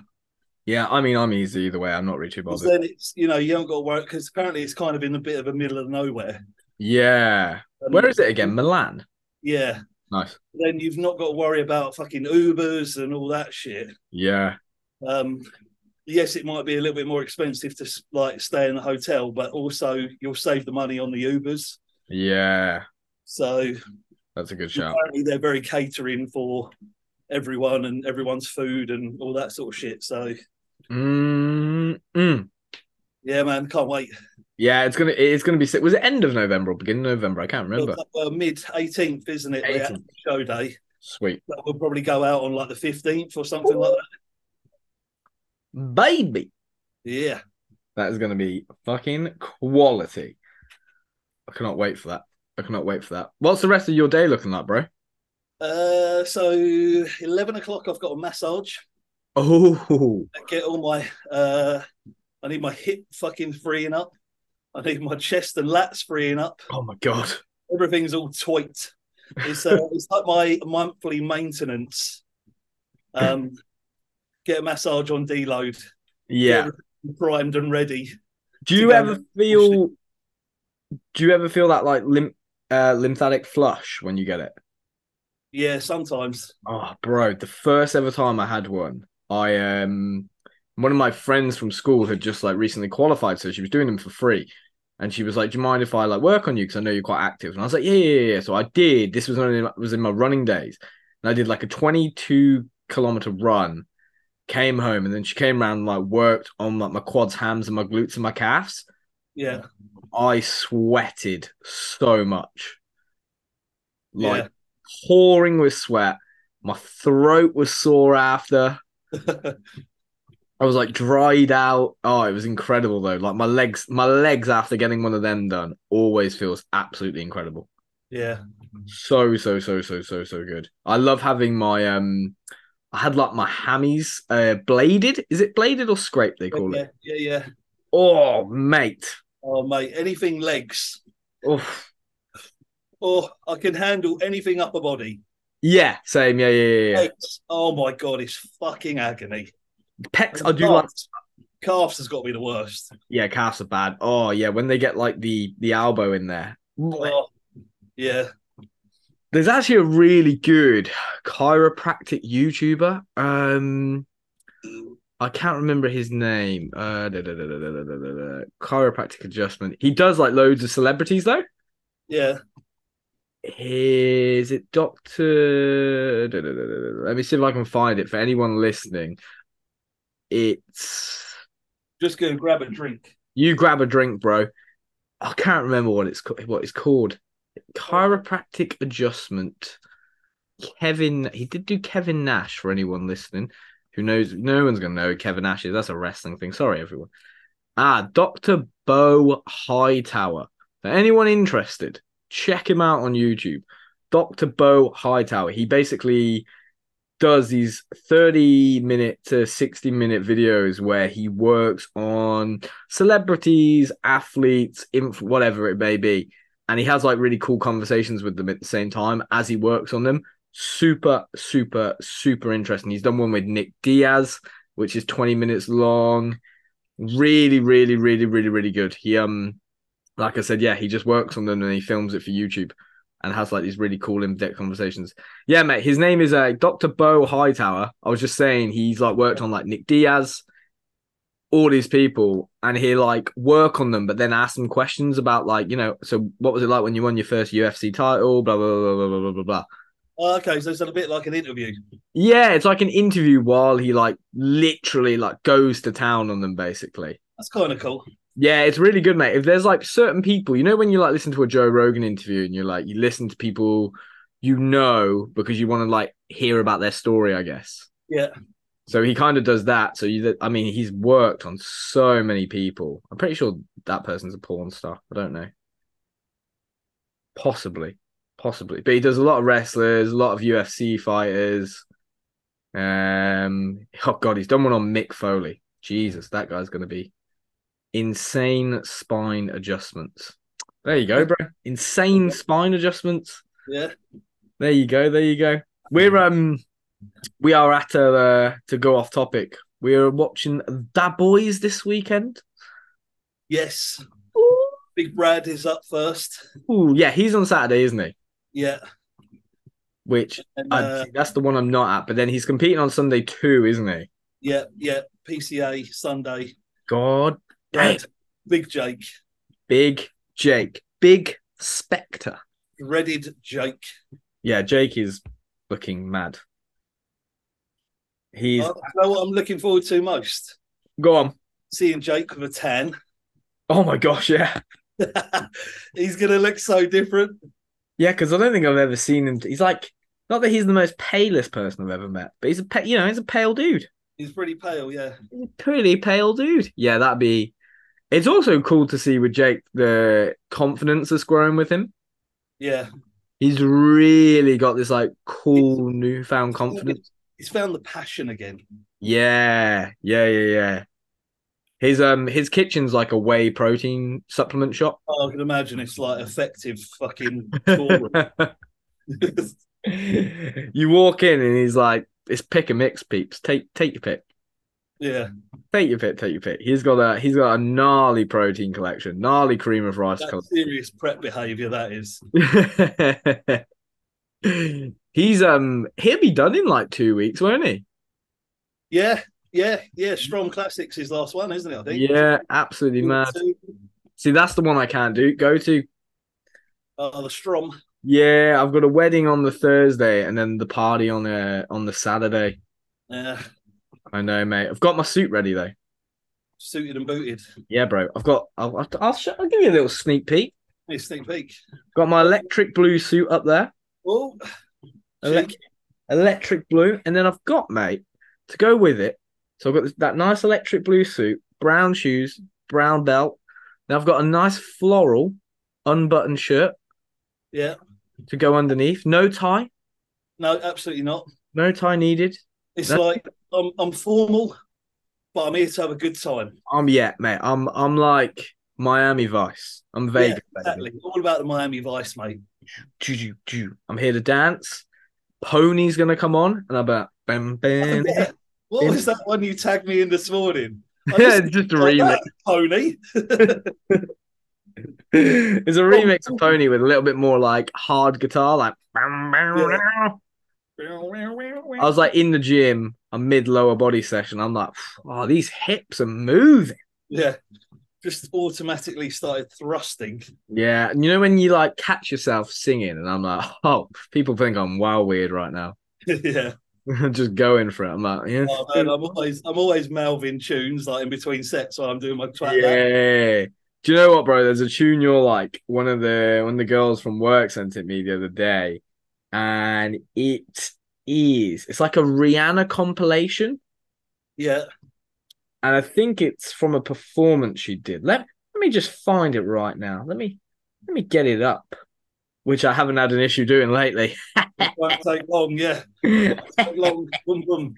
[SPEAKER 1] Yeah, I mean, I'm easy either way. I'm not really too
[SPEAKER 2] Because
[SPEAKER 1] bothered.
[SPEAKER 2] then it's you know you haven't got to worry because apparently it's kind of in a bit of a middle of nowhere.
[SPEAKER 1] Yeah.
[SPEAKER 2] And,
[SPEAKER 1] Where is it
[SPEAKER 2] mm-hmm.
[SPEAKER 1] again? Milan.
[SPEAKER 2] Yeah.
[SPEAKER 1] Nice.
[SPEAKER 2] Then you've not got to worry about fucking Ubers and all that shit.
[SPEAKER 1] Yeah.
[SPEAKER 2] Um, yes, it might be a little bit more expensive to s- like stay in the hotel, but also you'll save the money on the Ubers.
[SPEAKER 1] Yeah.
[SPEAKER 2] So
[SPEAKER 1] That's a good shout.
[SPEAKER 2] apparently they're very catering for everyone and everyone's food and all that sort of shit. So
[SPEAKER 1] Mm, mm.
[SPEAKER 2] yeah, man, can't wait.
[SPEAKER 1] Yeah, it's gonna it's gonna be sick. Was it end of November or beginning of November? I can't remember.
[SPEAKER 2] Well, mid 18th, uh, isn't it? the
[SPEAKER 1] 18th.
[SPEAKER 2] Show day.
[SPEAKER 1] Sweet.
[SPEAKER 2] But we'll probably go out on like the 15th or something like that.
[SPEAKER 1] Baby.
[SPEAKER 2] Yeah.
[SPEAKER 1] That is going to be fucking quality. I cannot wait for that. I cannot wait for that. What's the rest of your day looking like, bro?
[SPEAKER 2] Uh, so 11 o'clock, I've got a massage.
[SPEAKER 1] Oh,
[SPEAKER 2] I get all my, uh, I need my hip fucking freeing up. I need my chest and lats freeing up.
[SPEAKER 1] oh my god.
[SPEAKER 2] Everything's all tight. It's, uh,
[SPEAKER 1] (laughs)
[SPEAKER 2] it's like my monthly maintenance. Um, get a massage on deload.
[SPEAKER 1] Yeah.
[SPEAKER 2] Get everything primed and ready.
[SPEAKER 1] do you
[SPEAKER 2] to go
[SPEAKER 1] ever feel? Do you ever feel that like lymph uh, lymphatic flush when you get it?
[SPEAKER 2] Yeah, sometimes.
[SPEAKER 1] Oh, bro, the first ever time I had one, I um, one of my friends from school had just like recently qualified, so she was doing them for free, and she was like, "Do you mind if I like work on you? Because I know you're quite active." And I was like, "Yeah, yeah, yeah." yeah." So I did. This was only was in my running days, and I did like a 22 kilometer run, came home, and then she came around and like worked on like my quads, hams, and my glutes and my calves.
[SPEAKER 2] Yeah. (laughs)
[SPEAKER 1] I sweated so much. Like
[SPEAKER 2] Yeah.
[SPEAKER 1] pouring with sweat. My throat was sore after. I was like dried out. Oh, it was incredible though. Like my legs, my legs after getting one of them done always feels absolutely incredible.
[SPEAKER 2] Yeah.
[SPEAKER 1] So so so so so so good. I love having my um. I had like my hammies uh bladed. Is it bladed or scraped? They call
[SPEAKER 2] Yeah,
[SPEAKER 1] it.
[SPEAKER 2] yeah, yeah.
[SPEAKER 1] Oh mate.
[SPEAKER 2] Oh, mate, anything legs.
[SPEAKER 1] Oh
[SPEAKER 2] Or I can handle anything upper body.
[SPEAKER 1] yeah. Same. Yeah yeah yeah. yeah.
[SPEAKER 2] Legs. Oh my god, it's fucking agony.
[SPEAKER 1] Pecs. I do like.
[SPEAKER 2] calves has got to be the worst.
[SPEAKER 1] Yeah, calves are bad. Oh yeah, when they get like the the elbow in there.
[SPEAKER 2] Oh, yeah.
[SPEAKER 1] There's actually a really good chiropractic YouTuber. Um, I can't remember his name. Uh, da, da, da, da, da, da, da, da, da. chiropractic adjustment. He does like loads of celebrities though.
[SPEAKER 2] Yeah.
[SPEAKER 1] Is it Doctor? da, da, da, da, da, da. Let me see if I can find it for anyone listening. It's
[SPEAKER 2] Just go grab a drink.
[SPEAKER 1] you grab a drink, bro. I can't remember what it's ca- what it's called. Chiropractic adjustment. Kevin, he did do Kevin Nash for anyone listening who knows. No one's gonna know who Kevin Nash is. That's a wrestling thing. Sorry, everyone. Ah, Doctor Bo Hightower. For anyone interested, check him out on YouTube. Doctor Bo Hightower. He basically does these 30 minute to 60 minute videos where he works on celebrities, athletes, inf- whatever it may be. And he has like really cool conversations with them at the same time as he works on them. Super, super, super interesting. He's done one with Nick Diaz, which is 20 minutes long. Really, really, really, really, really good. He, um, like I said, yeah, he just works on them and he films it for YouTube and has like these really cool in depth conversations. Yeah, mate, his name is uh, Dr. Bo Hightower. I was just saying he's like worked on like Nick Diaz, all these people and he like work on them, but then ask them questions about like, you know, so what was it like when you won your first UFC title? Blah blah blah blah blah blah blah blah.
[SPEAKER 2] Oh, okay, so it's a bit like an interview.
[SPEAKER 1] Yeah, it's like an interview while he like literally like goes to town on them basically.
[SPEAKER 2] That's kind of cool.
[SPEAKER 1] Yeah, it's really good, mate. If there's like certain people, you know, when you like listen to a Joe Rogan interview and you're like, you listen to people you know because you want to like hear about their story, I guess.
[SPEAKER 2] Yeah.
[SPEAKER 1] So he kind of does that. So you, I mean, he's worked on so many people. I'm pretty sure that person's a porn star. I don't know. Possibly, possibly, but he does a lot of wrestlers, a lot of UFC fighters. Um, oh god, he's done one on Mick Foley. Jesus, that guy's going to be insane spine adjustments. There you go, bro. Insane spine adjustments.
[SPEAKER 2] Yeah.
[SPEAKER 1] There you go. There you go. We're um, we are at a uh, to go off topic. We are watching Da Boys this weekend.
[SPEAKER 2] Yes.
[SPEAKER 1] Ooh,
[SPEAKER 2] Big Brad is up first.
[SPEAKER 1] yeah, he's on Saturday, isn't he?
[SPEAKER 2] Yeah.
[SPEAKER 1] Which
[SPEAKER 2] And,
[SPEAKER 1] I-
[SPEAKER 2] uh,
[SPEAKER 1] that's the one I'm not at. But then he's competing on Sunday too, isn't he?
[SPEAKER 2] yeah. Yeah. PCA Sunday.
[SPEAKER 1] God dang,
[SPEAKER 2] Brad. Big Jake.
[SPEAKER 1] big Jake, big Spectre.
[SPEAKER 2] Dreaded Jake.
[SPEAKER 1] Yeah, Jake is looking mad. He's
[SPEAKER 2] I I know what I'm looking forward to most.
[SPEAKER 1] go on.
[SPEAKER 2] Seeing Jake with a tan. (laughs)
[SPEAKER 1] Oh my gosh, yeah,
[SPEAKER 2] He's going to look so different.
[SPEAKER 1] yeah. Because I don't think I've ever seen him. He's like. Not that he's the most palest person I've ever met, but he's a pa- you know he's a pale dude.
[SPEAKER 2] He's pretty pale. Yeah.
[SPEAKER 1] pretty pale dude. Yeah, that'd be. It's also cool to see with Jake the confidence that's grown with him.
[SPEAKER 2] Yeah.
[SPEAKER 1] He's really got this like cool newfound confidence.
[SPEAKER 2] He's found the passion again.
[SPEAKER 1] Yeah, yeah, yeah, yeah. His um his kitchen's like a whey protein supplement shop.
[SPEAKER 2] Oh, I can imagine it's like effective (laughs) fucking.
[SPEAKER 1] (laughs)
[SPEAKER 2] touring.
[SPEAKER 1] you walk in and he's like, "It's pick a mix, peeps. Take take your pick."
[SPEAKER 2] yeah.
[SPEAKER 1] Take your pick, take your pick. He's got a he's got a gnarly protein collection, gnarly cream of rice collection.
[SPEAKER 2] That's serious prep behavior, that is.
[SPEAKER 1] (laughs) He's um he'll be done in like two weeks, won't he?
[SPEAKER 2] Yeah. Yeah. Yeah. Strom Classics his last one, isn't it? I think.
[SPEAKER 1] Yeah, absolutely mad. See, that's the one I can't do go to.
[SPEAKER 2] Oh, the Strom.
[SPEAKER 1] Yeah, I've got a wedding on the Thursday and then the party on uh on the Saturday.
[SPEAKER 2] Yeah.
[SPEAKER 1] I know, mate. I've got my suit ready though.
[SPEAKER 2] Suited and booted.
[SPEAKER 1] Yeah, bro. I've got. I'll I'll, I'll, sh- I'll give you a little sneak peek.
[SPEAKER 2] Hey, sneak peek.
[SPEAKER 1] Got my electric blue suit up there.
[SPEAKER 2] Oh,
[SPEAKER 1] Elec- electric blue, and then I've got, mate, to go with it. So I've got this, that nice electric blue suit, brown shoes, brown belt. Now I've got a nice floral unbuttoned shirt
[SPEAKER 2] Yeah.
[SPEAKER 1] to go underneath. No tie,
[SPEAKER 2] No, absolutely not.
[SPEAKER 1] no tie needed.
[SPEAKER 2] It's
[SPEAKER 1] No.
[SPEAKER 2] like I'm I'm formal, but I'm here to have a good time.
[SPEAKER 1] I'm yeah, mate. I'm I'm like Miami Vice. I'm Vegas.
[SPEAKER 2] Exactly. All about the Miami Vice,
[SPEAKER 1] (laughs)
[SPEAKER 2] mate.
[SPEAKER 1] Ju-ju-ju. I'm here to dance. Pony's gonna come on, and I'm about bam bam.
[SPEAKER 2] (laughs)
[SPEAKER 1] (laughs)
[SPEAKER 2] Yeah. What
[SPEAKER 1] Yeah.
[SPEAKER 2] was that one you tagged me in this morning? I
[SPEAKER 1] (laughs) yeah,
[SPEAKER 2] listened
[SPEAKER 1] it's just a
[SPEAKER 2] to it
[SPEAKER 1] remix.
[SPEAKER 2] like, "Oh, Pony.
[SPEAKER 1] It's a
[SPEAKER 2] Oh,
[SPEAKER 1] remix of Pony with a little bit more like hard guitar, like. bam, bam,
[SPEAKER 2] Yeah.
[SPEAKER 1] bam. I was like in the gym, a mid lower body session. I'm like, oh, these hips are moving.
[SPEAKER 2] yeah. Just automatically started thrusting. (laughs)
[SPEAKER 1] Yeah. And you know, when you like catch yourself singing, and I'm like, oh, people think I'm wow weird right now. (laughs)
[SPEAKER 2] yeah.
[SPEAKER 1] Just going for it. I'm like, yeah.
[SPEAKER 2] Oh, man, I'm always I'm always mouthing tunes like in between sets while I'm doing my twat. lap.
[SPEAKER 1] yeah. Do you know what, bro? There's a tune you're like one of the one of the girls from work sent it me the other day, and it is it's like a Rihanna compilation,
[SPEAKER 2] Yeah.
[SPEAKER 1] and I think it's from a performance she did. Let let me just find it right now. Let me let me get it up, which I haven't had an issue doing lately. (laughs)
[SPEAKER 2] It won't take long, yeah.
[SPEAKER 1] uh, (laughs)
[SPEAKER 2] Take long. Boom, boom.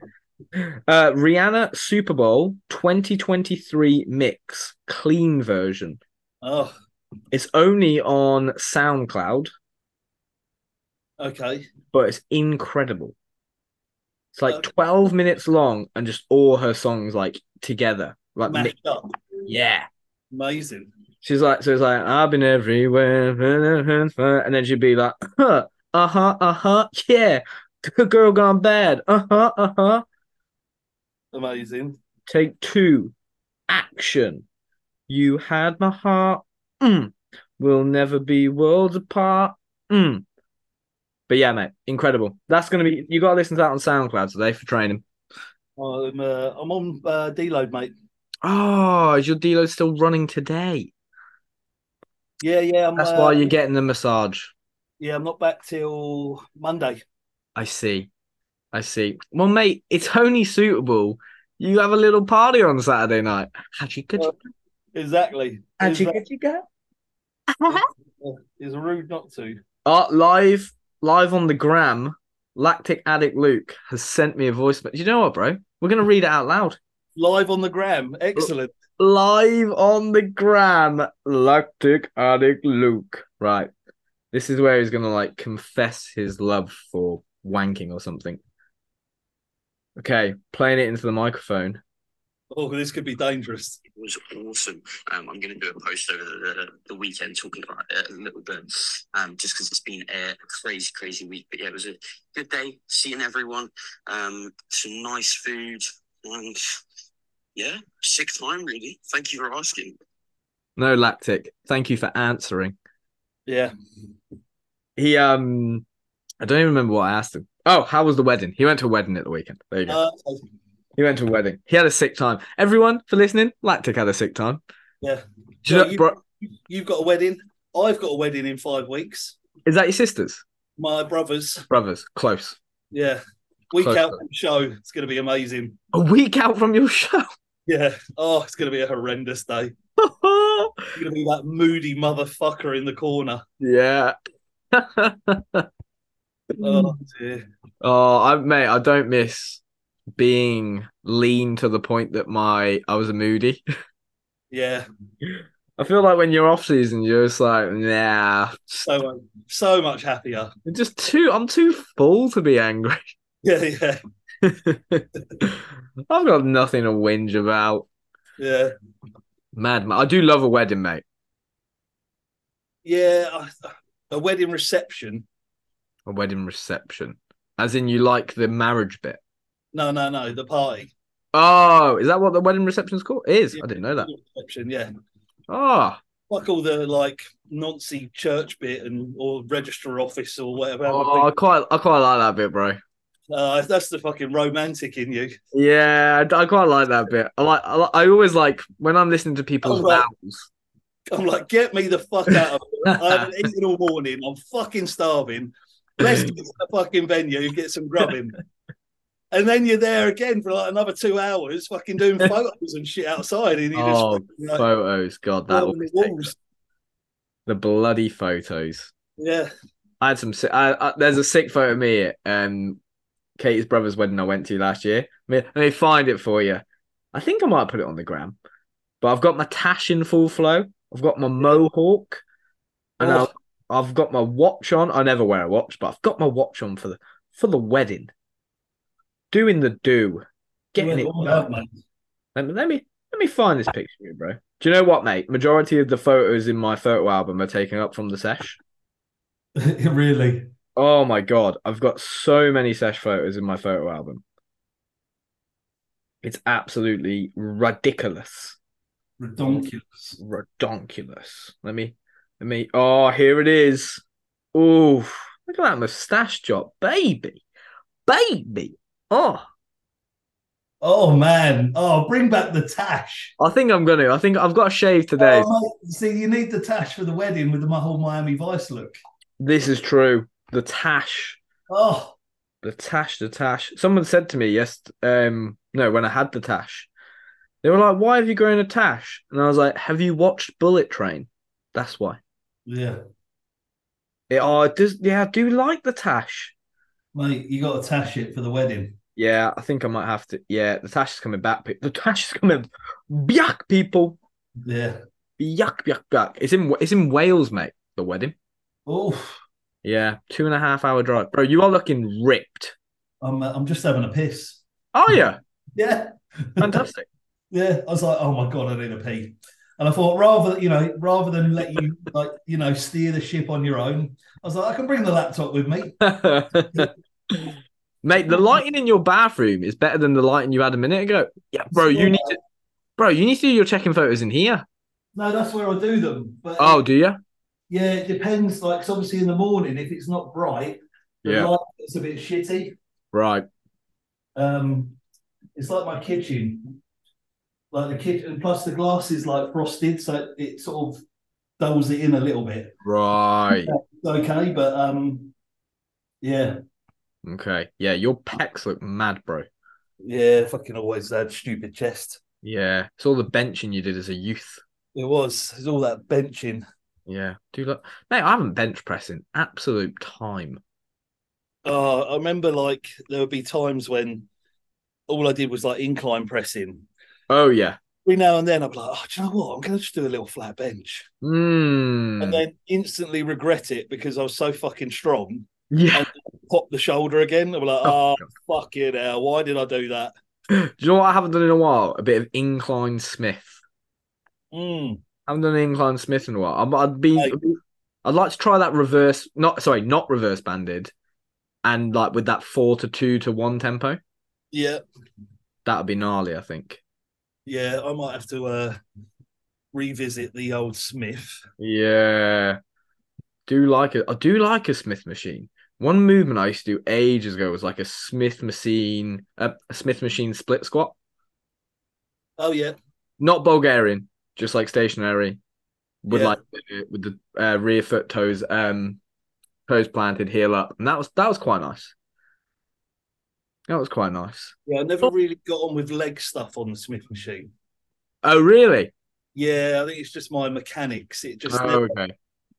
[SPEAKER 1] Rihanna Super Bowl 2023 mix clean version.
[SPEAKER 2] Oh,
[SPEAKER 1] It's only on SoundCloud,
[SPEAKER 2] okay.
[SPEAKER 1] but it's incredible. It's like
[SPEAKER 2] Okay.
[SPEAKER 1] 12 minutes long and just all her songs like together. Like mi-
[SPEAKER 2] Mashed up.
[SPEAKER 1] yeah.
[SPEAKER 2] Amazing.
[SPEAKER 1] She's like so it's like I've been everywhere (laughs) and then she'd be like uh-huh, uh-huh, uh-huh, yeah. Good girl gone bad. Uh-huh, uh-huh.
[SPEAKER 2] Amazing.
[SPEAKER 1] Take two. Action. You had my heart. Mm. We'll never be worlds apart. Mm. But yeah, mate, incredible. That's gonna be you gotta listen to that on SoundCloud today for training.
[SPEAKER 2] I'm uh, I'm on uh, deload, mate.
[SPEAKER 1] Oh, is your dealer still running today?
[SPEAKER 2] Yeah, yeah. I'm,
[SPEAKER 1] That's
[SPEAKER 2] uh,
[SPEAKER 1] why you're getting the massage.
[SPEAKER 2] Yeah, I'm not back till Monday.
[SPEAKER 1] I see. I see. Well, mate, it's only suitable. You have a little party on Saturday night. Hachi could
[SPEAKER 2] Well, Exactly. It's, uh,
[SPEAKER 1] you go?
[SPEAKER 2] it's rude not to.
[SPEAKER 1] Uh, live live on the gram, Lactic Addict Luke has sent me a voice. But you know what, bro? We're gonna read it out loud.
[SPEAKER 2] Live on the gram. Excellent.
[SPEAKER 1] Live on the gram, Lactic Addict Luke. Right. This is where he's gonna like confess his love for wanking or something. Okay, playing it into the microphone.
[SPEAKER 2] Oh, this could be dangerous.
[SPEAKER 3] it was awesome. Um, I'm going to do a post over the, the, the weekend talking about it a little bit, um, just because it's been a crazy, crazy week. But yeah, it was a good day seeing everyone, um, some nice food, and yeah, sick time, really. Thank you for asking.
[SPEAKER 1] No lactic. Thank you for answering.
[SPEAKER 2] Yeah.
[SPEAKER 1] He um I don't even remember what I asked him. Oh, how was the wedding? He went to a wedding at the weekend. There you go.
[SPEAKER 2] Uh,
[SPEAKER 1] he went to a wedding. He had a sick time. Everyone for listening, Lactic had a sick time.
[SPEAKER 2] Yeah.
[SPEAKER 1] Do you
[SPEAKER 2] Yeah,
[SPEAKER 1] know,
[SPEAKER 2] you-
[SPEAKER 1] bro,
[SPEAKER 2] you've got a wedding. I've got a wedding in five weeks.
[SPEAKER 1] is that your sisters?
[SPEAKER 2] My brother's.
[SPEAKER 1] Brothers? Close.
[SPEAKER 2] Yeah. Week
[SPEAKER 1] Close
[SPEAKER 2] out
[SPEAKER 1] one.
[SPEAKER 2] from the show. It's going to be amazing.
[SPEAKER 1] A week out from your (laughs) show.
[SPEAKER 2] Yeah. Oh, it's going to be a horrendous day. It's going to be that moody motherfucker in the corner. (laughs)
[SPEAKER 1] yeah.
[SPEAKER 2] Oh, dear.
[SPEAKER 1] Oh, I mate, I don't miss being lean to the point that my I was a moody.
[SPEAKER 2] Yeah.
[SPEAKER 1] I feel like when you're off season, you're just like, nah,
[SPEAKER 2] So, um, so much happier. (laughs)
[SPEAKER 1] It's Just too, I'm too full to be angry. (laughs)
[SPEAKER 2] Yeah. Yeah.
[SPEAKER 1] I've got nothing to whinge about.
[SPEAKER 2] Yeah.
[SPEAKER 1] Mad man, I do love a wedding, mate.
[SPEAKER 2] Yeah. I- A wedding reception.
[SPEAKER 1] A wedding reception, as in you like the marriage bit.
[SPEAKER 2] No, no, no. The party.
[SPEAKER 1] Oh, is that what the wedding reception's called? It Is I didn't know that.
[SPEAKER 2] Reception. Yeah.
[SPEAKER 1] Oh,
[SPEAKER 2] Like all the like Nazi church bit and or register office or whatever.
[SPEAKER 1] oh, I quite, I quite like that bit, bro.
[SPEAKER 2] Uh, that's the fucking romantic in you.
[SPEAKER 1] Yeah, I I quite like that bit. I like, I, like, I always like when I'm listening to people's
[SPEAKER 2] Oh, right.
[SPEAKER 1] vowels.
[SPEAKER 2] I'm like, get me the fuck out of here.
[SPEAKER 1] (laughs)
[SPEAKER 2] I haven't eaten all morning. I'm fucking starving. Let's get to the fucking venue, get some grubbing. And then you're there again for like another two hours, fucking doing photos and shit outside, and you just
[SPEAKER 1] Oh,
[SPEAKER 2] fucking, like,
[SPEAKER 1] photos. God, that
[SPEAKER 2] warming
[SPEAKER 1] always
[SPEAKER 2] the
[SPEAKER 1] takes-
[SPEAKER 2] walls.
[SPEAKER 1] the bloody photos.
[SPEAKER 2] Yeah,
[SPEAKER 1] I had some. si- I, I, there's a sick photo of me at um, Katie's brother's wedding I went to last year. I mean, let me find it for you. I think I might put it on the gram, but I've got my tash in full flow. I've got my mohawk, and
[SPEAKER 2] Oh.
[SPEAKER 1] I've, I've got my watch on. I never wear a watch, but I've got my watch on for the for the wedding. Doing the do, getting it.
[SPEAKER 2] Well
[SPEAKER 1] done.
[SPEAKER 2] done, mate.
[SPEAKER 1] Let me, let me let me find this picture, here, bro. Do you know what, mate? Majority of the photos in my photo album are taken up from the sesh.
[SPEAKER 4] really.
[SPEAKER 1] Oh my god, I've got so many sesh photos in my photo album. It's absolutely ridiculous,
[SPEAKER 4] Redonkulous.
[SPEAKER 1] redonkulous. Let me, let me. Oh, here it is. Oh, look at that mustache job, baby, baby. Oh,
[SPEAKER 4] Oh man. Oh, bring back the tash.
[SPEAKER 1] I think I'm gonna. I think I've got a shave today.
[SPEAKER 4] Oh, mate, see, you need the tash for the wedding with the my whole Miami Vice look.
[SPEAKER 1] This is true. The tash.
[SPEAKER 4] Oh,
[SPEAKER 1] The tash, the tash. Someone said to me, yes, um, no, when I had the tash, they were like, why have you grown a tash? And I was like, have you watched Bullet Train? That's why.
[SPEAKER 4] yeah.
[SPEAKER 1] It, oh, it does, yeah, I do like the tash.
[SPEAKER 4] Mate, you got to tash it for the wedding.
[SPEAKER 1] Yeah, I think I might have to. Yeah, the tash is coming back. pe- The tash is coming back, people.
[SPEAKER 4] Yeah.
[SPEAKER 1] Yuck, yuck, yuck. It's in, it's in Wales, mate, the wedding.
[SPEAKER 4] Oh,
[SPEAKER 1] Yeah, two and a half hour drive. Bro, you are looking ripped.
[SPEAKER 4] I'm, uh, I'm just having a piss.
[SPEAKER 1] Are you?
[SPEAKER 4] Yeah.
[SPEAKER 1] Fantastic.
[SPEAKER 4] (laughs) Yeah, I was like, oh my god, I need a pee. And I thought, rather you know, rather than let you like you know steer the ship on your own, I was like, I can bring the laptop with me.
[SPEAKER 1] (laughs) Mate, the lighting in your bathroom is better than the lighting you had a minute ago. Yeah, bro, you need to, bro, you need to do your checking photos in here.
[SPEAKER 4] No, that's where I do them. But
[SPEAKER 1] Oh, do you?
[SPEAKER 4] yeah, it depends. Like, 'cause obviously in the morning, if it's not bright, the light gets a bit shitty.
[SPEAKER 1] right.
[SPEAKER 4] Um, it's like my kitchen, like the kitchen. Plus, the glass is like frosted, so it sort of dulls it in a little bit.
[SPEAKER 1] Right.
[SPEAKER 4] It's okay, but um, yeah,
[SPEAKER 1] Okay. Yeah, your pecs look mad, bro.
[SPEAKER 2] yeah, fucking always that stupid chest.
[SPEAKER 1] Yeah, it's all the benching you did as a youth.
[SPEAKER 2] It was. It's all that benching.
[SPEAKER 1] Yeah, do look, mate. I haven't bench pressed in absolute time.
[SPEAKER 2] Oh, I remember like there would be times when all I did was like incline pressing.
[SPEAKER 1] Oh yeah.
[SPEAKER 2] Every now and then I'd be like, oh, do you know what? I'm going to just do a little flat bench.
[SPEAKER 1] Mm.
[SPEAKER 2] And then instantly regret it because I was so fucking strong.
[SPEAKER 1] yeah.
[SPEAKER 2] Pop the shoulder again. I'd be like,
[SPEAKER 1] (laughs) Oh,
[SPEAKER 2] oh, fuck it hell. Why did I do that?
[SPEAKER 1] Do you know what I haven't done in a while? A bit of incline Smith.
[SPEAKER 2] Mm.
[SPEAKER 1] I haven't done an incline Smith in a while. I'm, I'd be,
[SPEAKER 2] Like-
[SPEAKER 1] I'd like to try that reverse, not sorry, not reverse banded, and like with that four to two to one tempo.
[SPEAKER 2] Yeah.
[SPEAKER 1] That would be gnarly, I think.
[SPEAKER 2] Yeah. I might have to uh, revisit the old Smith.
[SPEAKER 1] Yeah, do like it. I do like a Smith machine. One movement I used to do ages ago was like a Smith machine, a, a Smith machine split squat,
[SPEAKER 2] Oh, yeah.
[SPEAKER 1] not Bulgarian, just like stationary, with
[SPEAKER 2] Yeah.
[SPEAKER 1] like uh, with the uh, rear foot toes, um, toes planted, heel up, and that was that was quite nice. That was quite nice.
[SPEAKER 2] Yeah. I never really got on with leg stuff on the Smith machine.
[SPEAKER 1] Oh, really?
[SPEAKER 2] Yeah. I think it's just my mechanics. It just
[SPEAKER 1] Oh,
[SPEAKER 2] never,
[SPEAKER 1] okay.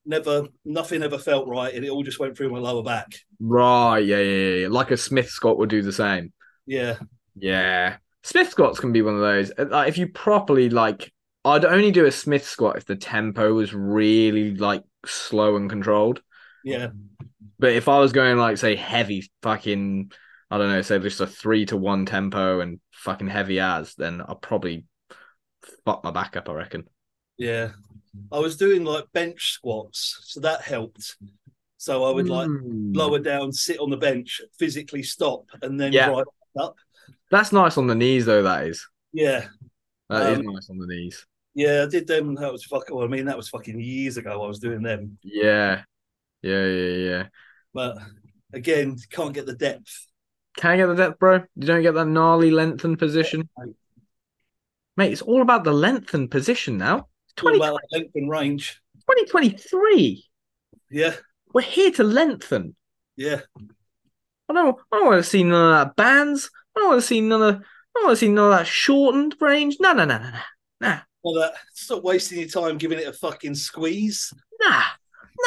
[SPEAKER 2] never, nothing ever felt right. And it all just went through my lower back.
[SPEAKER 1] Right. Yeah, yeah, yeah. yeah. Like a Smith Scott would do the same.
[SPEAKER 2] Yeah.
[SPEAKER 1] Yeah. Smith Scott's can be one of those. uh, Like, if you properly like, I'd only do a Smith Squat if the tempo was really like slow and controlled.
[SPEAKER 2] Yeah.
[SPEAKER 1] But if I was going like, say, heavy fucking, I don't know, say just a three to one tempo and fucking heavy as, then I'll probably fuck my back up. I reckon.
[SPEAKER 2] Yeah. I was doing like bench squats. So that helped. So I would like,
[SPEAKER 1] Hmm.
[SPEAKER 2] lower down, sit on the bench, physically stop, and then
[SPEAKER 1] Yeah.
[SPEAKER 2] right.
[SPEAKER 1] That's nice on the knees, though. That is.
[SPEAKER 2] Yeah,
[SPEAKER 1] That is
[SPEAKER 2] Um,
[SPEAKER 1] nice on the knees.
[SPEAKER 2] yeah, I did them. That was fucking. Well, I mean, that was fucking years ago. I was doing them,
[SPEAKER 1] Yeah. Yeah, yeah, yeah.
[SPEAKER 2] but again, can't get the depth.
[SPEAKER 1] Can I get the depth, bro? You don't get that gnarly lengthened position.
[SPEAKER 2] mate.
[SPEAKER 1] Mate, it's all about the lengthened position now. It's
[SPEAKER 2] Talk
[SPEAKER 1] 20,
[SPEAKER 2] about like length and range.
[SPEAKER 1] 2023.
[SPEAKER 2] Yeah,
[SPEAKER 1] We're here to lengthen.
[SPEAKER 2] yeah.
[SPEAKER 1] I don't. I don't want to see none of that bands. I don't want to see none of. I don't want to see none of that shortened range. No, no, no, no, no, nah,
[SPEAKER 2] Well, that, stop wasting your time giving it a fucking squeeze.
[SPEAKER 1] nah,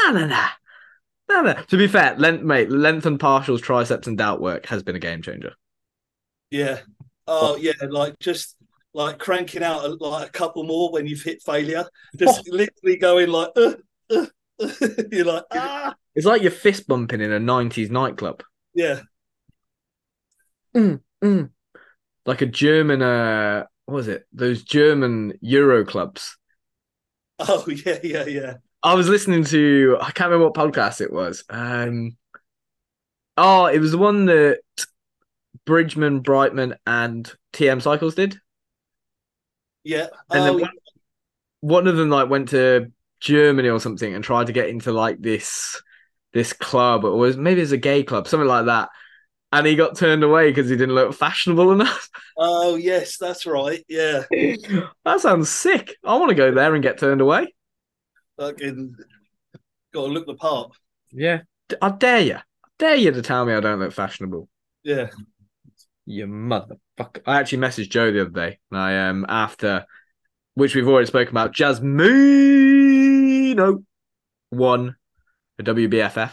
[SPEAKER 1] nah, nah, nah. No, no. To be fair, length, mate, length and partials, triceps, and doubt work has been a game changer.
[SPEAKER 2] Yeah. Oh yeah, like just like cranking out a, like a couple more when you've hit failure.
[SPEAKER 1] (laughs)
[SPEAKER 2] Just literally going like, uh, uh, uh. (laughs) you're like, ah,
[SPEAKER 1] It's like you're fist bumping in a '90s nightclub.
[SPEAKER 2] yeah,
[SPEAKER 1] Mm. Like a German, uh, what was it? Those German Euro clubs.
[SPEAKER 2] oh (laughs) yeah, yeah, yeah.
[SPEAKER 1] I was listening to, I can't remember what podcast it was. Um, oh, it was the one that Bridgman, Brightman, and TM Cycles did.
[SPEAKER 2] Yeah.
[SPEAKER 1] And
[SPEAKER 2] oh,
[SPEAKER 1] then one, one of them like went to Germany or something and tried to get into like this this club or was maybe it's a gay club, something like that. And he got turned away because he didn't look fashionable enough. (laughs)
[SPEAKER 2] oh yes, that's right. Yeah.
[SPEAKER 1] that sounds sick. I want to go there and get turned away.
[SPEAKER 2] Fucking gotta look the part.
[SPEAKER 1] Yeah. D- I dare you. I dare you to tell me I don't look fashionable.
[SPEAKER 2] Yeah.
[SPEAKER 1] You motherfucker. I actually messaged Joe the other day. and I um after which we've already spoken about Jasmine one the WBFF.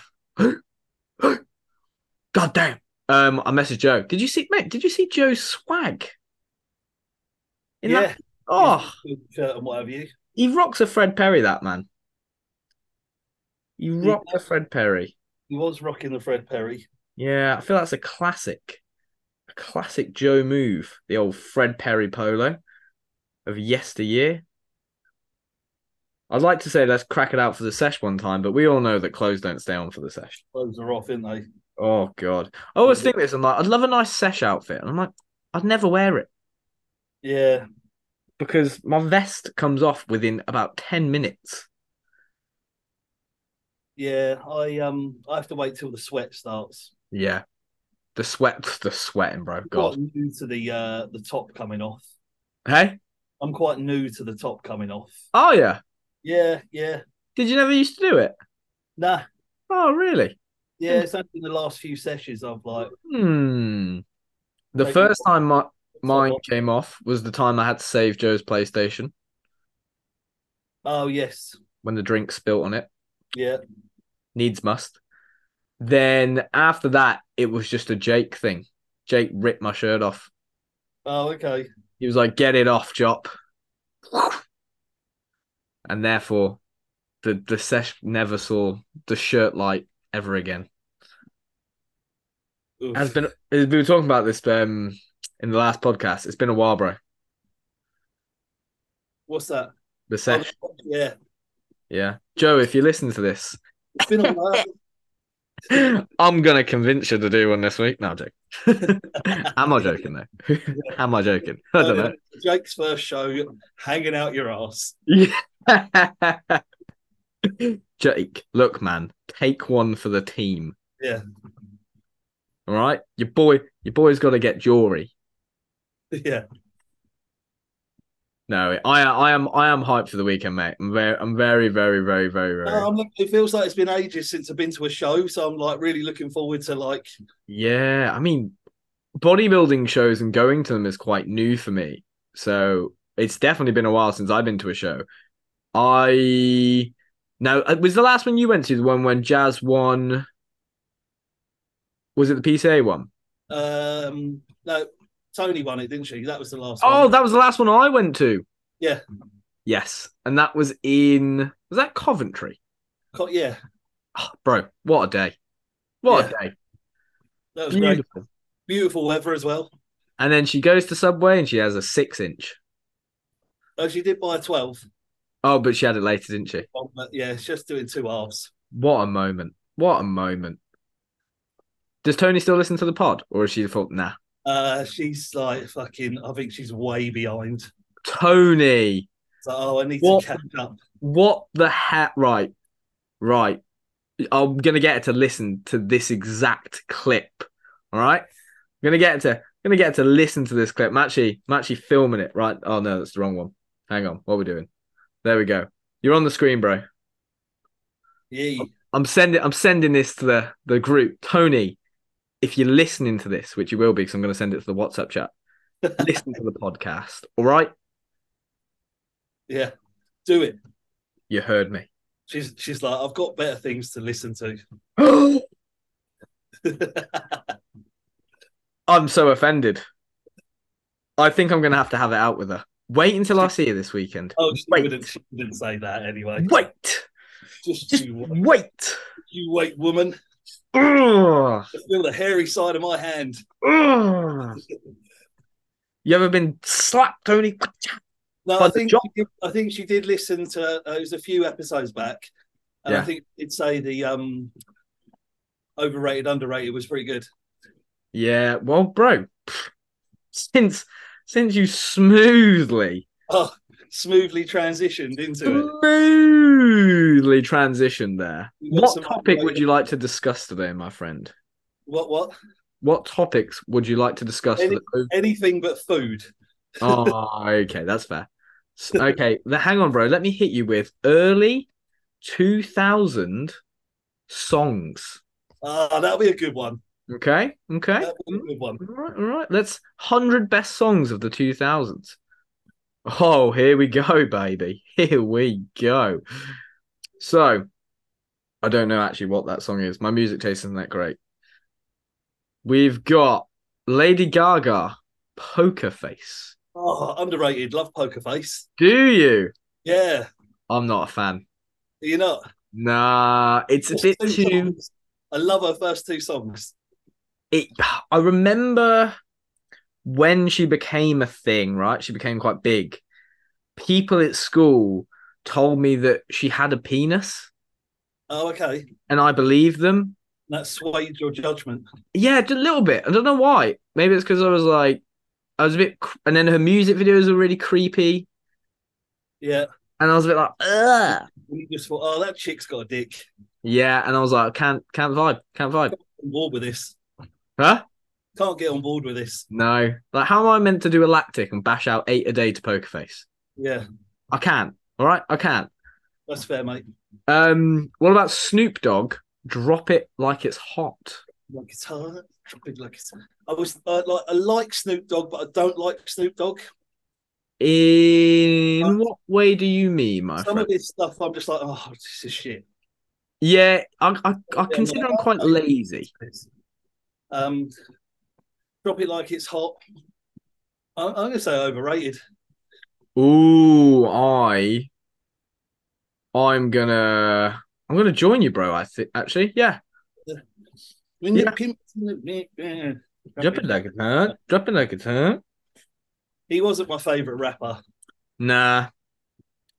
[SPEAKER 1] (gasps) God damn. Um I messaged Joe. Did you see mate, did you see Joe's swag? In
[SPEAKER 2] yeah.
[SPEAKER 1] that oh
[SPEAKER 2] Shirt and what have you.
[SPEAKER 1] he rocks a Fred Perry that man. He rocks a Fred Perry.
[SPEAKER 2] He was rocking the Fred Perry.
[SPEAKER 1] Yeah, I feel that's a classic, a classic Joe move. The old Fred Perry polo of yesteryear. I'd like to say let's crack it out for the sesh one time, but we all know that clothes don't stay on for the sesh.
[SPEAKER 2] Clothes are off, aren't they?
[SPEAKER 1] Oh god, I always think this. I'm like, I'd love a nice sesh outfit, and I'm like, I'd never wear it
[SPEAKER 2] Yeah.
[SPEAKER 1] because my vest comes off within about ten minutes.
[SPEAKER 2] Yeah. I um I have to wait till the sweat starts.
[SPEAKER 1] Yeah, the sweat, (laughs) the sweating, bro. God,
[SPEAKER 2] Quite new to the uh the top coming off.
[SPEAKER 1] hey,
[SPEAKER 2] I'm quite new to the top coming off.
[SPEAKER 1] oh yeah,
[SPEAKER 2] Yeah, yeah.
[SPEAKER 1] did you never used to do it?
[SPEAKER 2] Nah.
[SPEAKER 1] Oh really?
[SPEAKER 2] Yeah, it's only in the last few sessions I've like
[SPEAKER 1] Hmm. The
[SPEAKER 2] Like,
[SPEAKER 1] first time my, mine
[SPEAKER 2] what-
[SPEAKER 1] came off was the time I had to save Joe's PlayStation
[SPEAKER 2] oh yes.
[SPEAKER 1] when the drink spilt on it.
[SPEAKER 2] Yeah.
[SPEAKER 1] Needs must. Then after that, it was just a Jake thing. Jake ripped my shirt off.
[SPEAKER 2] Oh okay.
[SPEAKER 1] He was like, "Get it off, Jop," (sighs) and therefore, the the sesh never saw the shirt light ever again.
[SPEAKER 2] Oof.
[SPEAKER 1] Has been we were talking about this um in the last podcast. It's been a while, bro.
[SPEAKER 2] What's that?
[SPEAKER 1] The sesh,
[SPEAKER 2] Yeah.
[SPEAKER 1] yeah. Joe, if you listen to this,
[SPEAKER 2] It's been a while.
[SPEAKER 1] (laughs) I'm gonna convince you to do one this week. No, I'm joking. (laughs) Am I joking (laughs) though? Am I joking? I don't know.
[SPEAKER 2] (laughs) Jake's first show hanging out your ass. (laughs)
[SPEAKER 1] (laughs) Yeah. Jake, look, man, take one for the team.
[SPEAKER 2] Yeah.
[SPEAKER 1] All right, your boy, your boy's got to get jewelry.
[SPEAKER 2] Yeah.
[SPEAKER 1] No, I, I am, I am hyped for the weekend, mate. I'm very, I'm very, very, very, very, very.
[SPEAKER 2] No, I'm look- it feels like it's been ages since I've been to a show, so I'm like really looking forward to like
[SPEAKER 1] Yeah, I mean, bodybuilding shows and going to them is quite new for me. So it's definitely been a while since I've been to a show. I now uh, was the last one you went to the one when Jazz won. Was it the PCA one?
[SPEAKER 2] um no Tony won it, didn't she? That was the last
[SPEAKER 1] Oh,
[SPEAKER 2] one.
[SPEAKER 1] that was the last one I went to.
[SPEAKER 2] Yeah.
[SPEAKER 1] Yes, and that was in was that Coventry?
[SPEAKER 2] Co- yeah,
[SPEAKER 1] Oh, bro, what a day! What a day!
[SPEAKER 2] that was great.
[SPEAKER 1] Beautiful.
[SPEAKER 2] Beautiful weather as well.
[SPEAKER 1] And then she goes to Subway and she has a six inch.
[SPEAKER 2] Oh, she did buy a twelve.
[SPEAKER 1] Oh, but she had it later, didn't she?
[SPEAKER 2] Um, but yeah, it's just doing two halves.
[SPEAKER 1] What a moment. What a moment. Does Tony still listen to the pod? Or is she thought, nah.
[SPEAKER 2] Uh, she's like fucking. I think she's way behind.
[SPEAKER 1] Tony,
[SPEAKER 2] So oh, I need
[SPEAKER 1] What?
[SPEAKER 2] to catch up.
[SPEAKER 1] what the heck? Right. Right. I'm gonna get her to listen to this exact clip. All right. I'm gonna get her to gonna get her to listen to this clip. I'm actually, I'm actually filming it, right? Oh no, that's the wrong one. Hang on, what are we doing? There we go. You're on the screen, bro.
[SPEAKER 2] Yeah,
[SPEAKER 1] I'm sending I'm sending this to the, the group. Tony, if you're listening to this, which you will be, because I'm going to send it to the WhatsApp chat, listen to the podcast. All right.
[SPEAKER 2] Yeah, do it.
[SPEAKER 1] You heard me.
[SPEAKER 2] She's she's like, I've got better things to listen to. (laughs)
[SPEAKER 1] I'm so offended. I think I'm going to have to have it out with her. Wait until I see her this weekend.
[SPEAKER 2] Oh, she
[SPEAKER 1] Wait.
[SPEAKER 2] wouldn't, she wouldn't say that anyway.
[SPEAKER 1] Wait.
[SPEAKER 2] Just
[SPEAKER 1] Just
[SPEAKER 2] you, wait.
[SPEAKER 1] wait. (sighs)
[SPEAKER 2] you wait, woman.
[SPEAKER 1] Ugh.
[SPEAKER 2] I feel the hairy side of
[SPEAKER 1] (laughs)
[SPEAKER 2] my hand.
[SPEAKER 1] Ugh. You ever been slapped, Tony?
[SPEAKER 2] No,
[SPEAKER 1] By
[SPEAKER 2] I
[SPEAKER 1] the
[SPEAKER 2] think
[SPEAKER 1] job.
[SPEAKER 2] she did, I think she did listen to uh, it was a few episodes back, and
[SPEAKER 1] Yeah.
[SPEAKER 2] I think it'd say the um overrated underrated was pretty good.
[SPEAKER 1] Yeah. Well, bro, since since you smoothly
[SPEAKER 2] Oh, smoothly transitioned into it.
[SPEAKER 1] smoothly transitioned there.
[SPEAKER 2] You got
[SPEAKER 1] What
[SPEAKER 2] some
[SPEAKER 1] topic would
[SPEAKER 2] overrated-
[SPEAKER 1] you like to discuss today, my friend?
[SPEAKER 2] What what?
[SPEAKER 1] What topics would you like to discuss?
[SPEAKER 2] Any- (laughs)
[SPEAKER 1] for the-
[SPEAKER 2] Anything but food.
[SPEAKER 1] Oh, okay, that's fair. S- Okay, the, hang on, bro. Let me hit you with early 2000 songs.
[SPEAKER 2] Ah, that'll be a good one.
[SPEAKER 1] Okay, okay.
[SPEAKER 2] That'll be a good one.
[SPEAKER 1] All right, all right. Let's 100 best songs of the 2000s. Oh, here we go, baby. (laughs) Here we go. So, I don't know actually what that song is. My music taste isn't that great. We've got Lady Gaga, Poker Face.
[SPEAKER 2] Oh, underrated. Love Poker Face.
[SPEAKER 1] Do you?
[SPEAKER 2] Yeah,
[SPEAKER 1] I'm not a fan.
[SPEAKER 2] you know.
[SPEAKER 1] Nah, it's a bit too.
[SPEAKER 2] I love her first two songs.
[SPEAKER 1] It, I remember when she became a thing, right? She became quite big. People at school told me that she had a penis,
[SPEAKER 2] Oh, okay.
[SPEAKER 1] and I believed them.
[SPEAKER 2] That swayed your judgment.
[SPEAKER 1] Yeah, just a little bit. I don't know why. Maybe it's because I was like, I was a bit, cr- and then her music videos were really creepy,
[SPEAKER 2] Yeah.
[SPEAKER 1] and I was a bit like, Ugh.
[SPEAKER 2] And you just thought, oh, that chick's got a dick.
[SPEAKER 1] yeah, and I was like, can't, can't vibe, can't vibe,
[SPEAKER 2] on board with this.
[SPEAKER 1] huh?
[SPEAKER 2] Can't get on board with this.
[SPEAKER 1] No, like, how am I meant to do a lactic and bash out eight a day to Poker Face?
[SPEAKER 2] Yeah,
[SPEAKER 1] I can't. All right, I can't.
[SPEAKER 2] that's fair, mate.
[SPEAKER 1] Um, what about Snoop Dogg? Drop it like it's hot.
[SPEAKER 2] Like it's hard. Big like it's. I was I like I like Snoop Dogg, but I don't like Snoop Dogg.
[SPEAKER 1] In what way do you mean, my
[SPEAKER 2] Uh, Some
[SPEAKER 1] friend?
[SPEAKER 2] of his stuff, I'm just like, oh, this is shit.
[SPEAKER 1] Yeah, I, I, I consider I'm quite lazy.
[SPEAKER 2] Um, drop it like it's hot. I'm, I'm gonna say overrated.
[SPEAKER 1] Ooh, I, I'm gonna, I'm gonna join you, bro. I think actually, yeah. Yeah. Drop it like it's hot. Drop it like it's hot.
[SPEAKER 2] He wasn't my favorite rapper.
[SPEAKER 1] Nah.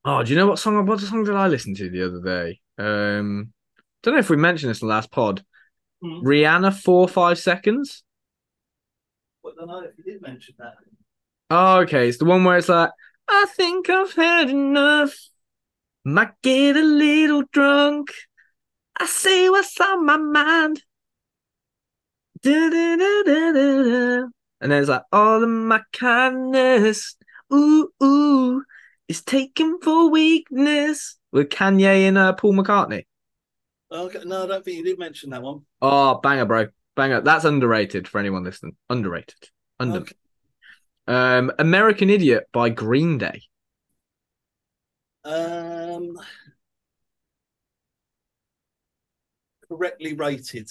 [SPEAKER 1] Oh, do you know what song? What song did I listen to the other day? Um, don't know if we mentioned this in the last pod.
[SPEAKER 2] Hmm.
[SPEAKER 1] Rihanna, four five seconds.
[SPEAKER 2] But I don't know if you did mention that.
[SPEAKER 1] Oh, okay. It's the one where it's like, I think I've had enough. Might get a little drunk. I say what's on my mind. Da-da-da-da-da-da. And then it's like, all of my kindness, ooh, ooh, is taken for weakness. With Kanye and uh, Paul McCartney.
[SPEAKER 2] Okay, no, I don't think you did mention that one.
[SPEAKER 1] Oh, banger, bro. Banger. That's underrated for anyone listening. Underrated. Under.
[SPEAKER 2] Okay.
[SPEAKER 1] Um, American Idiot by Green Day.
[SPEAKER 2] Um, correctly rated.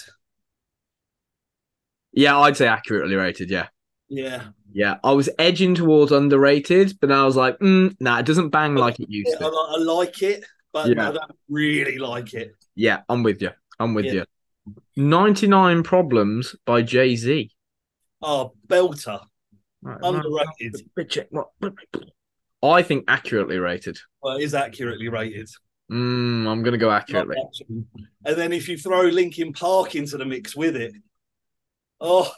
[SPEAKER 1] Yeah, I'd say accurately rated. Yeah.
[SPEAKER 2] Yeah,
[SPEAKER 1] Yeah. I was edging towards underrated, but then I was like, mm, nah, it doesn't bang like it used
[SPEAKER 2] I,
[SPEAKER 1] to.
[SPEAKER 2] li- I like it, but
[SPEAKER 1] Yeah.
[SPEAKER 2] I don't really like it.
[SPEAKER 1] Yeah, I'm with you. I'm with
[SPEAKER 2] Yeah.
[SPEAKER 1] you. 99 Problems by Jay Z.
[SPEAKER 2] Oh, belter, underrated.
[SPEAKER 1] I think accurately rated.
[SPEAKER 2] Well, it is accurately rated.
[SPEAKER 1] Mm, I'm going to go
[SPEAKER 2] Not
[SPEAKER 1] accurately.
[SPEAKER 2] action. And then if you throw Linkin Park into the mix with it, oh,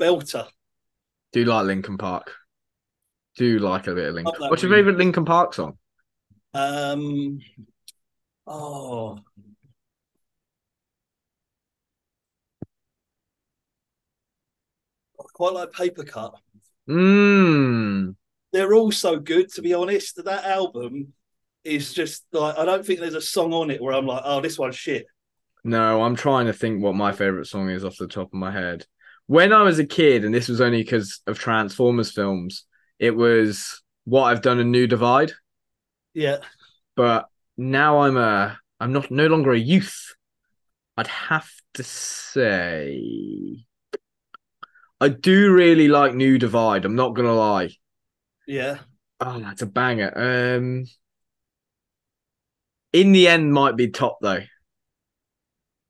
[SPEAKER 2] belter.
[SPEAKER 1] Do like Lincoln Park. Do like a bit of Lincoln.
[SPEAKER 2] Love that
[SPEAKER 1] What's your
[SPEAKER 2] remix.
[SPEAKER 1] favorite Lincoln Park song?
[SPEAKER 2] Um, oh, I quite like Paper Cut.
[SPEAKER 1] Mm,
[SPEAKER 2] they're all so good to be honest that album is just like i don't think there's a song on it where i'm like oh this one's shit
[SPEAKER 1] No, I'm trying to think what my favorite song is off the top of my head. When I was a kid, and this was only because of Transformers films, it was What I've Done a New Divide.
[SPEAKER 2] Yeah.
[SPEAKER 1] But now I'm a, I'm not no longer a youth. I'd have to say, I do really like New Divide. I'm not gonna lie.
[SPEAKER 2] Yeah.
[SPEAKER 1] Oh, that's a banger. Um, in the end, might be top though.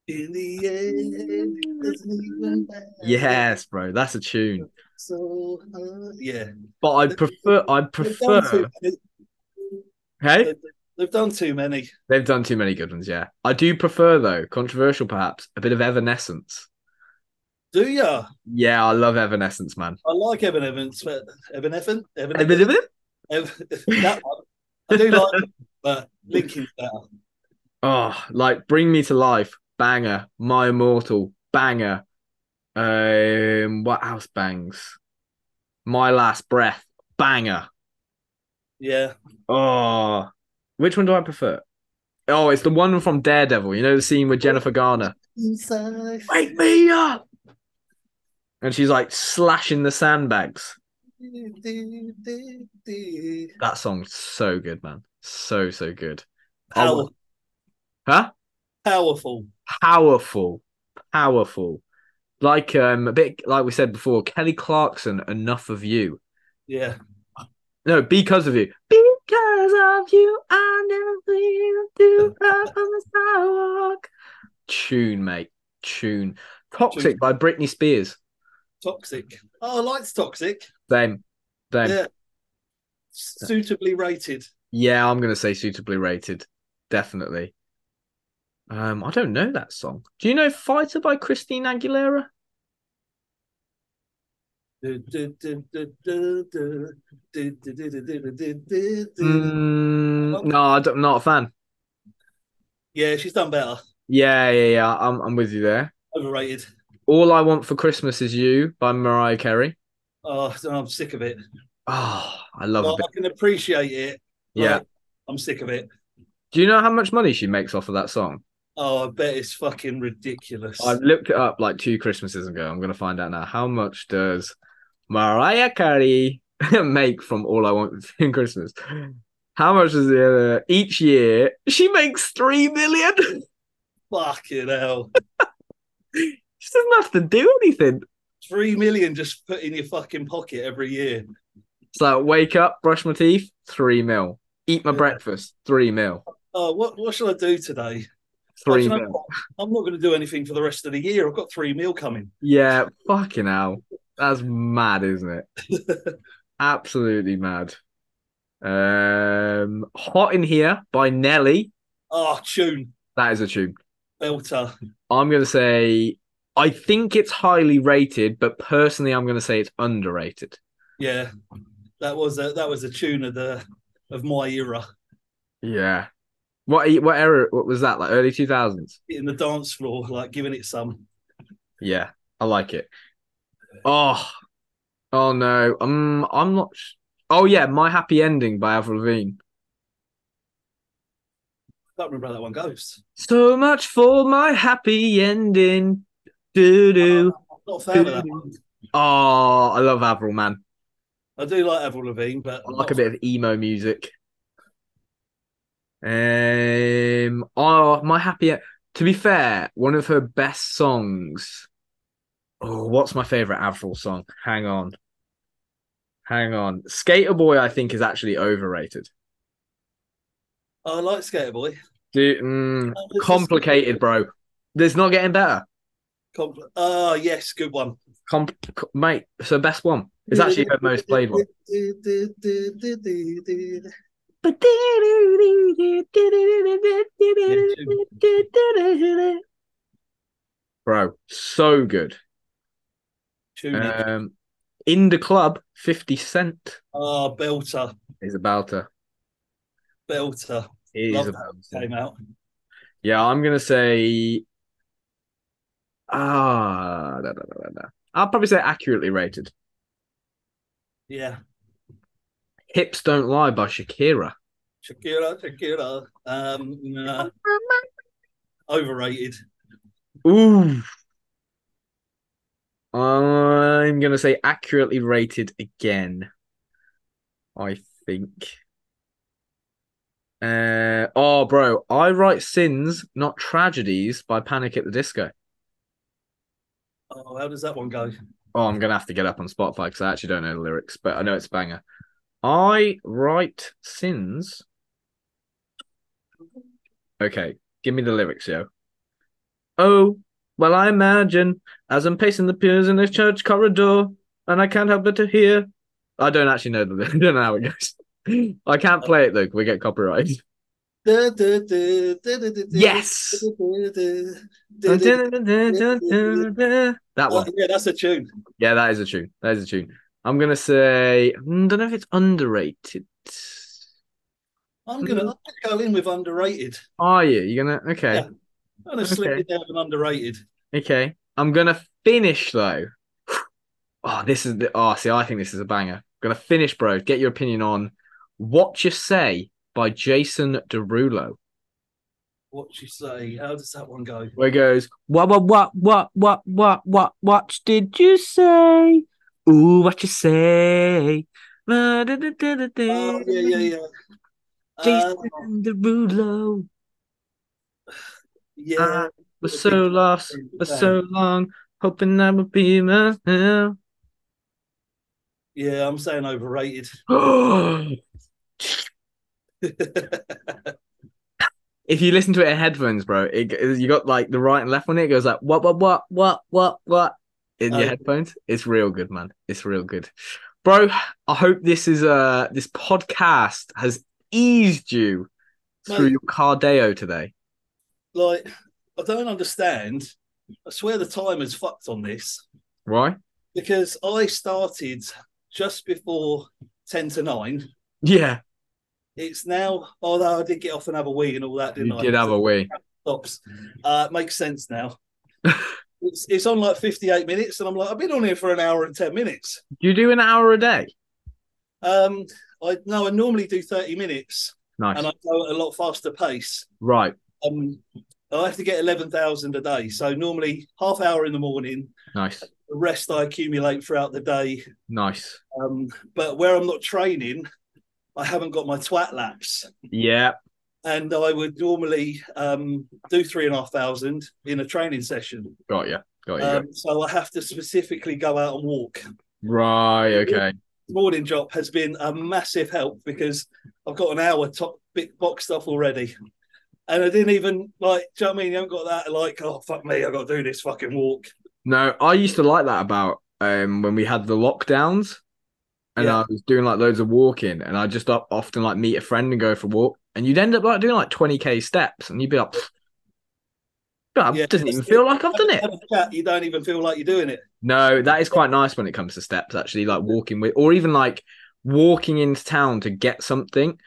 [SPEAKER 2] In the end, it doesn't even matter.
[SPEAKER 1] Yes, bro, that's a tune.
[SPEAKER 2] So hard. yeah.
[SPEAKER 1] But I prefer, I
[SPEAKER 2] They've done,
[SPEAKER 1] prefer.
[SPEAKER 2] too many.
[SPEAKER 1] Hey,
[SPEAKER 2] They've done too many.
[SPEAKER 1] they've done too many good ones. Yeah, I do prefer though, controversial perhaps, a bit of Evanescence.
[SPEAKER 2] Do ya?
[SPEAKER 1] Yeah, I love Evanescence, man.
[SPEAKER 2] I like Evan Evans, but Evan Evan? Evan Evan?
[SPEAKER 1] Oh,
[SPEAKER 2] Ev- that one. I do
[SPEAKER 1] (laughs)
[SPEAKER 2] like it, but Linkin's better.
[SPEAKER 1] Oh, like Bring Me to Life, banger. My Immortal, banger. Um, what else bangs? My Last Breath, banger.
[SPEAKER 2] Yeah.
[SPEAKER 1] Oh, which one do I prefer? Oh, it's the one from Daredevil. You know the scene with Jennifer Garner.
[SPEAKER 2] Inside.
[SPEAKER 1] Wake me up! And she's like slashing the sandbags. That song's so good, man. So so good. I
[SPEAKER 2] Power,
[SPEAKER 1] would- Huh?
[SPEAKER 2] powerful.
[SPEAKER 1] Powerful, powerful. Like um, a bit like we said before, Kelly Clarkson. Enough of you.
[SPEAKER 2] Yeah.
[SPEAKER 1] No, because of you. Because of you, I never will do up on the sidewalk. Tune, mate. Tune. Toxic
[SPEAKER 2] Tune.
[SPEAKER 1] by Britney Spears.
[SPEAKER 2] Toxic. Oh, I liked Toxic.
[SPEAKER 1] Same. Same.
[SPEAKER 2] Yeah. Suitably rated.
[SPEAKER 1] Yeah, I'm gonna say suitably rated, definitely. Um, I don't know that song. Do you know "Fighter" by Christine Aguilera?
[SPEAKER 2] Yeah,
[SPEAKER 1] Mm, no, I don't, am not a fan.
[SPEAKER 2] she's done better.
[SPEAKER 1] Yeah, yeah, yeah. I'm, I'm with you there.
[SPEAKER 2] Overrated.
[SPEAKER 1] "All I Want for Christmas Is You" by Mariah Carey.
[SPEAKER 2] Oh, I'm sick of it.
[SPEAKER 1] Oh, I love
[SPEAKER 2] Like,
[SPEAKER 1] it.
[SPEAKER 2] I can appreciate it. but
[SPEAKER 1] Yeah.
[SPEAKER 2] I'm sick of it.
[SPEAKER 1] Do you know how much money she makes off of that song?
[SPEAKER 2] Oh, I bet it's fucking ridiculous.
[SPEAKER 1] I looked it up like two Christmases ago. I'm gonna find out now. How much does Mariah Carey (laughs) make from All I Want (laughs) in Christmas? How much is the other each year? She makes three million. (laughs) She
[SPEAKER 2] Fucking hell.
[SPEAKER 1] doesn't have to do anything.
[SPEAKER 2] Three million just put in your fucking pocket every year.
[SPEAKER 1] It's like wake up, brush my teeth, three mil. Eat my
[SPEAKER 2] Yeah.
[SPEAKER 1] breakfast, three mil.
[SPEAKER 2] Oh, what what shall I do today? Oh, do
[SPEAKER 1] Three
[SPEAKER 2] you know
[SPEAKER 1] mil.
[SPEAKER 2] what? I'm not going to do anything for the rest of the year. I've got three meal coming. (laughs)
[SPEAKER 1] Yeah, fucking hell. That's mad, isn't it? Absolutely mad. Um Hot in Here by Nelly.
[SPEAKER 2] Oh, tune,
[SPEAKER 1] That is a tune.
[SPEAKER 2] belter.
[SPEAKER 1] I'm going to say I think it's highly rated, but personally, I'm going to say it's underrated.
[SPEAKER 2] Yeah, that was a that was a tune of the of my era.
[SPEAKER 1] Yeah. What e- what era? What was that? Like early 2000s.
[SPEAKER 2] In the dance floor, like giving it some.
[SPEAKER 1] Yeah, I like it. Oh, oh no. Um, I'm not. Sh- oh yeah, My Happy Ending by Avril Lavigne.
[SPEAKER 2] can't remember how that one goes.
[SPEAKER 1] So much for my happy ending. Doo doo.
[SPEAKER 2] I'm not a fan of that one.
[SPEAKER 1] Oh, I love Avril, man.
[SPEAKER 2] I do like Avril Lavigne, but
[SPEAKER 1] I like a bit of emo music. Um, oh, my happy. To be fair, one of her best songs. Oh, what's my favorite Avril song? Hang on, hang on. Skater Boy, I think, is actually overrated.
[SPEAKER 2] I like Skater Boy.
[SPEAKER 1] Do, mm,
[SPEAKER 2] Oh, this is-
[SPEAKER 1] complicated, bro. There's not getting better.
[SPEAKER 2] Compl- oh yes, good one.
[SPEAKER 1] Com- co- mate, it's her best one. It's actually her most played one. (laughs) Bro, so good.
[SPEAKER 2] Tune it.
[SPEAKER 1] Um, in the club, 50 Cent
[SPEAKER 2] Oh, belter,
[SPEAKER 1] is about to.
[SPEAKER 2] belter
[SPEAKER 1] Is
[SPEAKER 2] Love
[SPEAKER 1] about to.
[SPEAKER 2] came out.
[SPEAKER 1] Yeah, I'm gonna say. Ah, da, da, da, da, da. I'll probably say accurately rated.
[SPEAKER 2] Yeah,
[SPEAKER 1] Hips Don't Lie by Shakira.
[SPEAKER 2] Shakira, Shakira. Um, nah. overrated.
[SPEAKER 1] Ooh. I'm going to say accurately rated again. I think. Uh, oh, bro. I Write Sins, Not Tragedies by Panic at the Disco.
[SPEAKER 2] Oh, how does that one go?
[SPEAKER 1] Oh, I'm going to have to get up on Spotify because I actually don't know the lyrics, but I know it's a banger. I Write Sins. Okay. Give me the lyrics, yo. Oh, well, I imagine as I'm pacing the pews in this church corridor, and I can't help but to hear. I don't actually know the. (laughs) I don't know how it goes. I can't play it, Luke. We get copyrighted. Yes. That
[SPEAKER 2] Oh,
[SPEAKER 1] one.
[SPEAKER 2] yeah, that's a tune.
[SPEAKER 1] Yeah, that is a tune. That is a tune. I'm gonna say. I don't know if it's underrated.
[SPEAKER 2] I'm gonna, I'm gonna go in with underrated.
[SPEAKER 1] Are you? You gonna? Okay.
[SPEAKER 2] Yeah. I'm gonna slip
[SPEAKER 1] Okay.
[SPEAKER 2] it down with underrated.
[SPEAKER 1] Okay. I'm gonna finish though. (sighs) Oh, this is the oh see, I think this is a banger. Gonna finish, bro. Get your opinion on What You Say by Jason Derulo.
[SPEAKER 2] What you say? How does that one go?
[SPEAKER 1] Where it goes, what what what what what what what what did you say? Ooh, what you say? La, da, da, da, da, da.
[SPEAKER 2] Oh, yeah, yeah, yeah. Uh,
[SPEAKER 1] Jason Derulo.
[SPEAKER 2] yeah.
[SPEAKER 1] I was so lost for so long, hoping I would be myself.
[SPEAKER 2] Yeah, I'm saying overrated. (laughs)
[SPEAKER 1] if you listen to it in headphones, bro, it, you got like the right and left one. It goes like what, what, what, what, what, what in
[SPEAKER 2] Oh,
[SPEAKER 1] your
[SPEAKER 2] yeah.
[SPEAKER 1] headphones. It's real good, man. It's real good, bro. I hope this is uh this podcast has eased you through
[SPEAKER 2] Mate.
[SPEAKER 1] your cardio today.
[SPEAKER 2] like, I don't understand. I swear the time has fucked on this
[SPEAKER 1] Right?
[SPEAKER 2] because I started just before 10 to 9.
[SPEAKER 1] Yeah,
[SPEAKER 2] It's now, although I did get off and have a wee and all that, didn't
[SPEAKER 1] you
[SPEAKER 2] I?
[SPEAKER 1] did have a wee.
[SPEAKER 2] stops. Uh, it makes sense now.
[SPEAKER 1] (laughs)
[SPEAKER 2] it's, it's on like 58 minutes, and I'm like, I've been on here for an hour and 10 minutes.
[SPEAKER 1] Do you do an hour a day?
[SPEAKER 2] Um, I no, I normally do 30 minutes,
[SPEAKER 1] Nice.
[SPEAKER 2] and I go at a lot faster pace.
[SPEAKER 1] right.
[SPEAKER 2] Um, I have to get 11,000 a day, so normally half hour in the morning.
[SPEAKER 1] Nice.
[SPEAKER 2] The rest I accumulate throughout the day.
[SPEAKER 1] Nice.
[SPEAKER 2] Um, but where I'm not training, I haven't got my twat laps.
[SPEAKER 1] Yeah.
[SPEAKER 2] And I would normally um, do three and a half thousand in a training session.
[SPEAKER 1] Got you. Got you. got
[SPEAKER 2] Um, so I have to specifically go out and walk.
[SPEAKER 1] you. Right. Okay.
[SPEAKER 2] Morning job has been a massive help because I've got an hour top bit boxed off already. And I didn't even like, do you know what I mean? You haven't got that like, oh fuck me, I've got to do this fucking walk.
[SPEAKER 1] No, I used to like that about um when we had the lockdowns and
[SPEAKER 2] Yeah.
[SPEAKER 1] I was doing like loads of walking and I just up, often like meet a friend and go for a walk and you'd end up like doing like 20k steps and you'd be like "Pfft, God,
[SPEAKER 2] Yeah,
[SPEAKER 1] it doesn't even
[SPEAKER 2] that's
[SPEAKER 1] feel like I've done it.
[SPEAKER 2] Have a chat, you don't even feel like you're doing it.
[SPEAKER 1] No, that is quite nice when it comes to steps actually like walking with or even like walking into town to get something.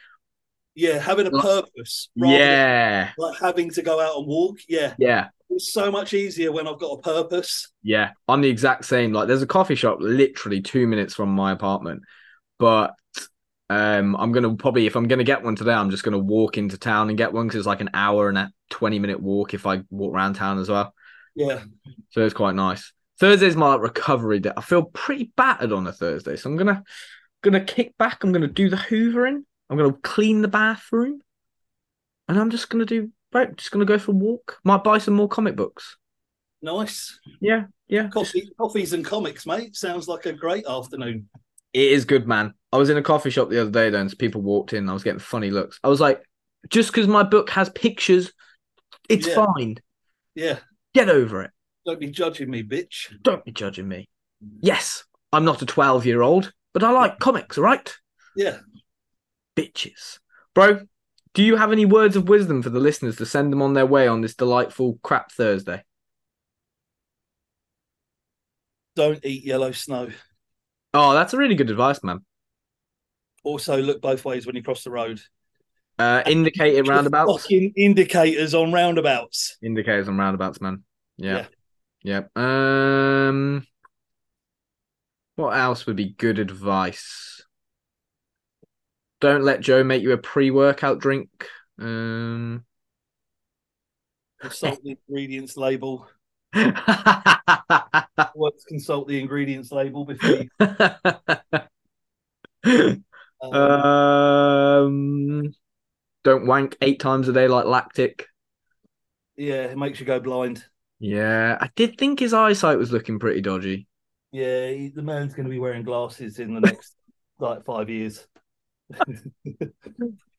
[SPEAKER 2] Yeah, having a
[SPEAKER 1] Like-
[SPEAKER 2] purpose. rather than,
[SPEAKER 1] yeah.
[SPEAKER 2] Like having to go out and walk. Yeah.
[SPEAKER 1] Yeah.
[SPEAKER 2] It's so much easier when I've got a purpose.
[SPEAKER 1] Yeah, I'm the exact same. Like, there's a coffee shop literally two minutes from my apartment, but um, I'm gonna probably if I'm gonna get one today, I'm just gonna walk into town and get one because it's like an hour and a twenty minute walk if I walk around town as well.
[SPEAKER 2] Yeah.
[SPEAKER 1] So it's quite nice. Thursday's my like, recovery day. I feel pretty battered on a Thursday, so I'm gonna gonna kick back. I'm gonna do the hoovering. I'm gonna clean the bathroom, and I'm just gonna do right. Just gonna go for a walk. Might buy some more comic books.
[SPEAKER 2] Nice.
[SPEAKER 1] Yeah, yeah.
[SPEAKER 2] Coffee, coffees and comics, mate. Sounds like a great afternoon.
[SPEAKER 1] It is good, man. I was in a coffee shop the other day, though, and people walked in. And I was getting funny looks. I was like, just because my book has pictures, it's
[SPEAKER 2] Yeah.
[SPEAKER 1] fine.
[SPEAKER 2] Yeah.
[SPEAKER 1] Get over it.
[SPEAKER 2] Don't be judging me, bitch.
[SPEAKER 1] Don't be judging me. Yes, I'm not a 12 year old, but I like comics, all right?
[SPEAKER 2] Yeah.
[SPEAKER 1] Bitches. Bro, do you have any words of wisdom for the listeners to send them on their way on this delightful crap Thursday?
[SPEAKER 2] Don't eat yellow snow.
[SPEAKER 1] Oh, that's a really good advice, man.
[SPEAKER 2] Also, look both ways when you cross the road.
[SPEAKER 1] Uh, indicate it roundabouts.
[SPEAKER 2] Fucking indicators on roundabouts.
[SPEAKER 1] Indicators and roundabouts, man. Yeah. yeah. Um what else would be good advice? Don't let Joe make you a pre-workout drink. Um (laughs)
[SPEAKER 2] Consult the ingredients label. Always consult the ingredients label before you. um,
[SPEAKER 1] Uh, um, don't wank eight times a day like lactic.
[SPEAKER 2] yeah, it makes you go blind.
[SPEAKER 1] Yeah, I did think his eyesight was looking pretty dodgy.
[SPEAKER 2] Yeah, he, the man's going to be wearing glasses in the next like five years. (laughs)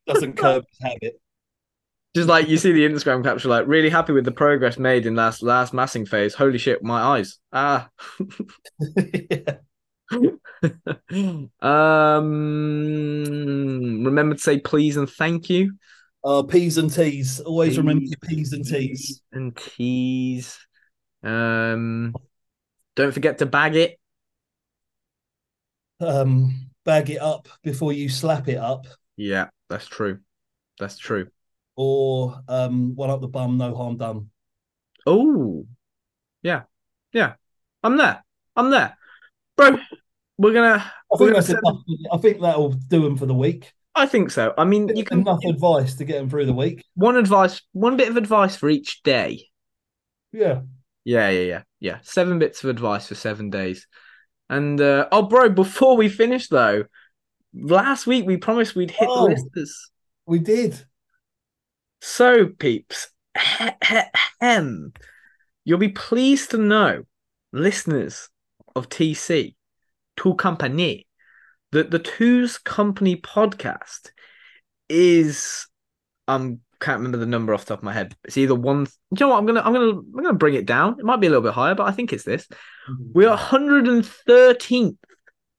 [SPEAKER 2] Doesn't curb his habit. (laughs)
[SPEAKER 1] Just like you see the Instagram capture, like really happy with the progress made in last last massing phase. Holy shit, my eyes! Ah, (laughs)
[SPEAKER 2] yeah.
[SPEAKER 1] um, remember to say please and thank you.
[SPEAKER 2] Uh, P's and T's. Always remember your P's and T's.
[SPEAKER 1] and teas. Um, don't forget to bag it.
[SPEAKER 2] Um, bag it up before you slap it up,
[SPEAKER 1] Yeah, that's true. That's true.
[SPEAKER 2] or um, one up the bum, no harm done.
[SPEAKER 1] Oh, yeah, yeah. I'm there. I'm there, bro. We're gonna.
[SPEAKER 2] I
[SPEAKER 1] We're
[SPEAKER 2] think
[SPEAKER 1] gonna
[SPEAKER 2] that's
[SPEAKER 1] send-
[SPEAKER 2] enough. I think that'll do them for the week.
[SPEAKER 1] I think so. I mean, you can
[SPEAKER 2] enough advice to get them through the week.
[SPEAKER 1] one advice, one bit of advice for each day.
[SPEAKER 2] Yeah.
[SPEAKER 1] Yeah, yeah, yeah, yeah. Seven bits of advice for seven days. And uh, oh, bro, before we finish though, last week we promised we'd hit
[SPEAKER 2] Oh.
[SPEAKER 1] the listeners.
[SPEAKER 2] We did.
[SPEAKER 1] So, peeps, ahem, you'll be pleased to know, listeners of TC, Two Company, that the Two's Company podcast is um can't remember the number off the top of my head. It's either one. Do you know what? I'm gonna I'm gonna I'm gonna bring it down. It might be a little bit higher, but I think it's this. We are 113th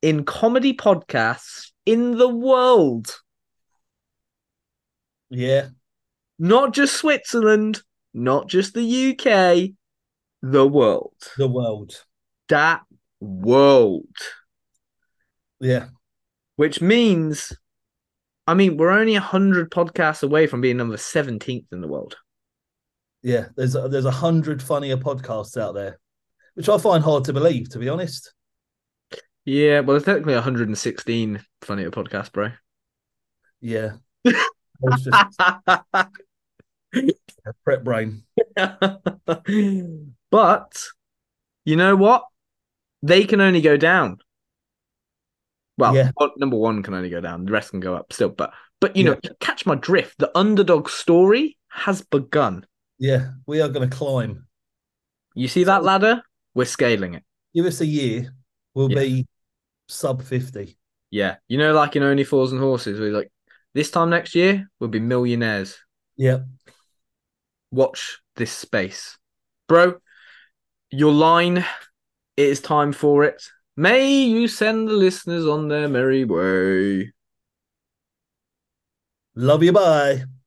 [SPEAKER 1] in comedy podcasts in the world.
[SPEAKER 2] Yeah.
[SPEAKER 1] not just Switzerland, not just the UK, the world.
[SPEAKER 2] The world.
[SPEAKER 1] That world.
[SPEAKER 2] Yeah.
[SPEAKER 1] Which means, I mean, we're only 100 podcasts away from being number 17th in the world.
[SPEAKER 2] Yeah. There's a, there's a hundred funnier podcasts out there, which I find hard to believe, to be honest.
[SPEAKER 1] Yeah, well, there's technically 116 funny podcast, (laughs) bro.
[SPEAKER 2] Yeah.
[SPEAKER 1] (laughs)
[SPEAKER 2] It's just a prep brain.
[SPEAKER 1] (laughs) but you know what? They can only go down. Well,
[SPEAKER 2] Yeah.
[SPEAKER 1] one- number one can only go down. The rest can go up still. But but you know, catch my drift. The underdog story has begun.
[SPEAKER 2] Yeah. We are going to climb.
[SPEAKER 1] You see that ladder? We're scaling it.
[SPEAKER 2] Give us a year, we'll
[SPEAKER 1] Yeah.
[SPEAKER 2] be sub 50.
[SPEAKER 1] Yeah. You know, like in Only Fools and Horses, we're like, this time next year, we'll be millionaires.
[SPEAKER 2] Yeah.
[SPEAKER 1] Watch this space. Bro, your line, it is time for it. May you send the listeners on their merry way.
[SPEAKER 2] Love you. Bye.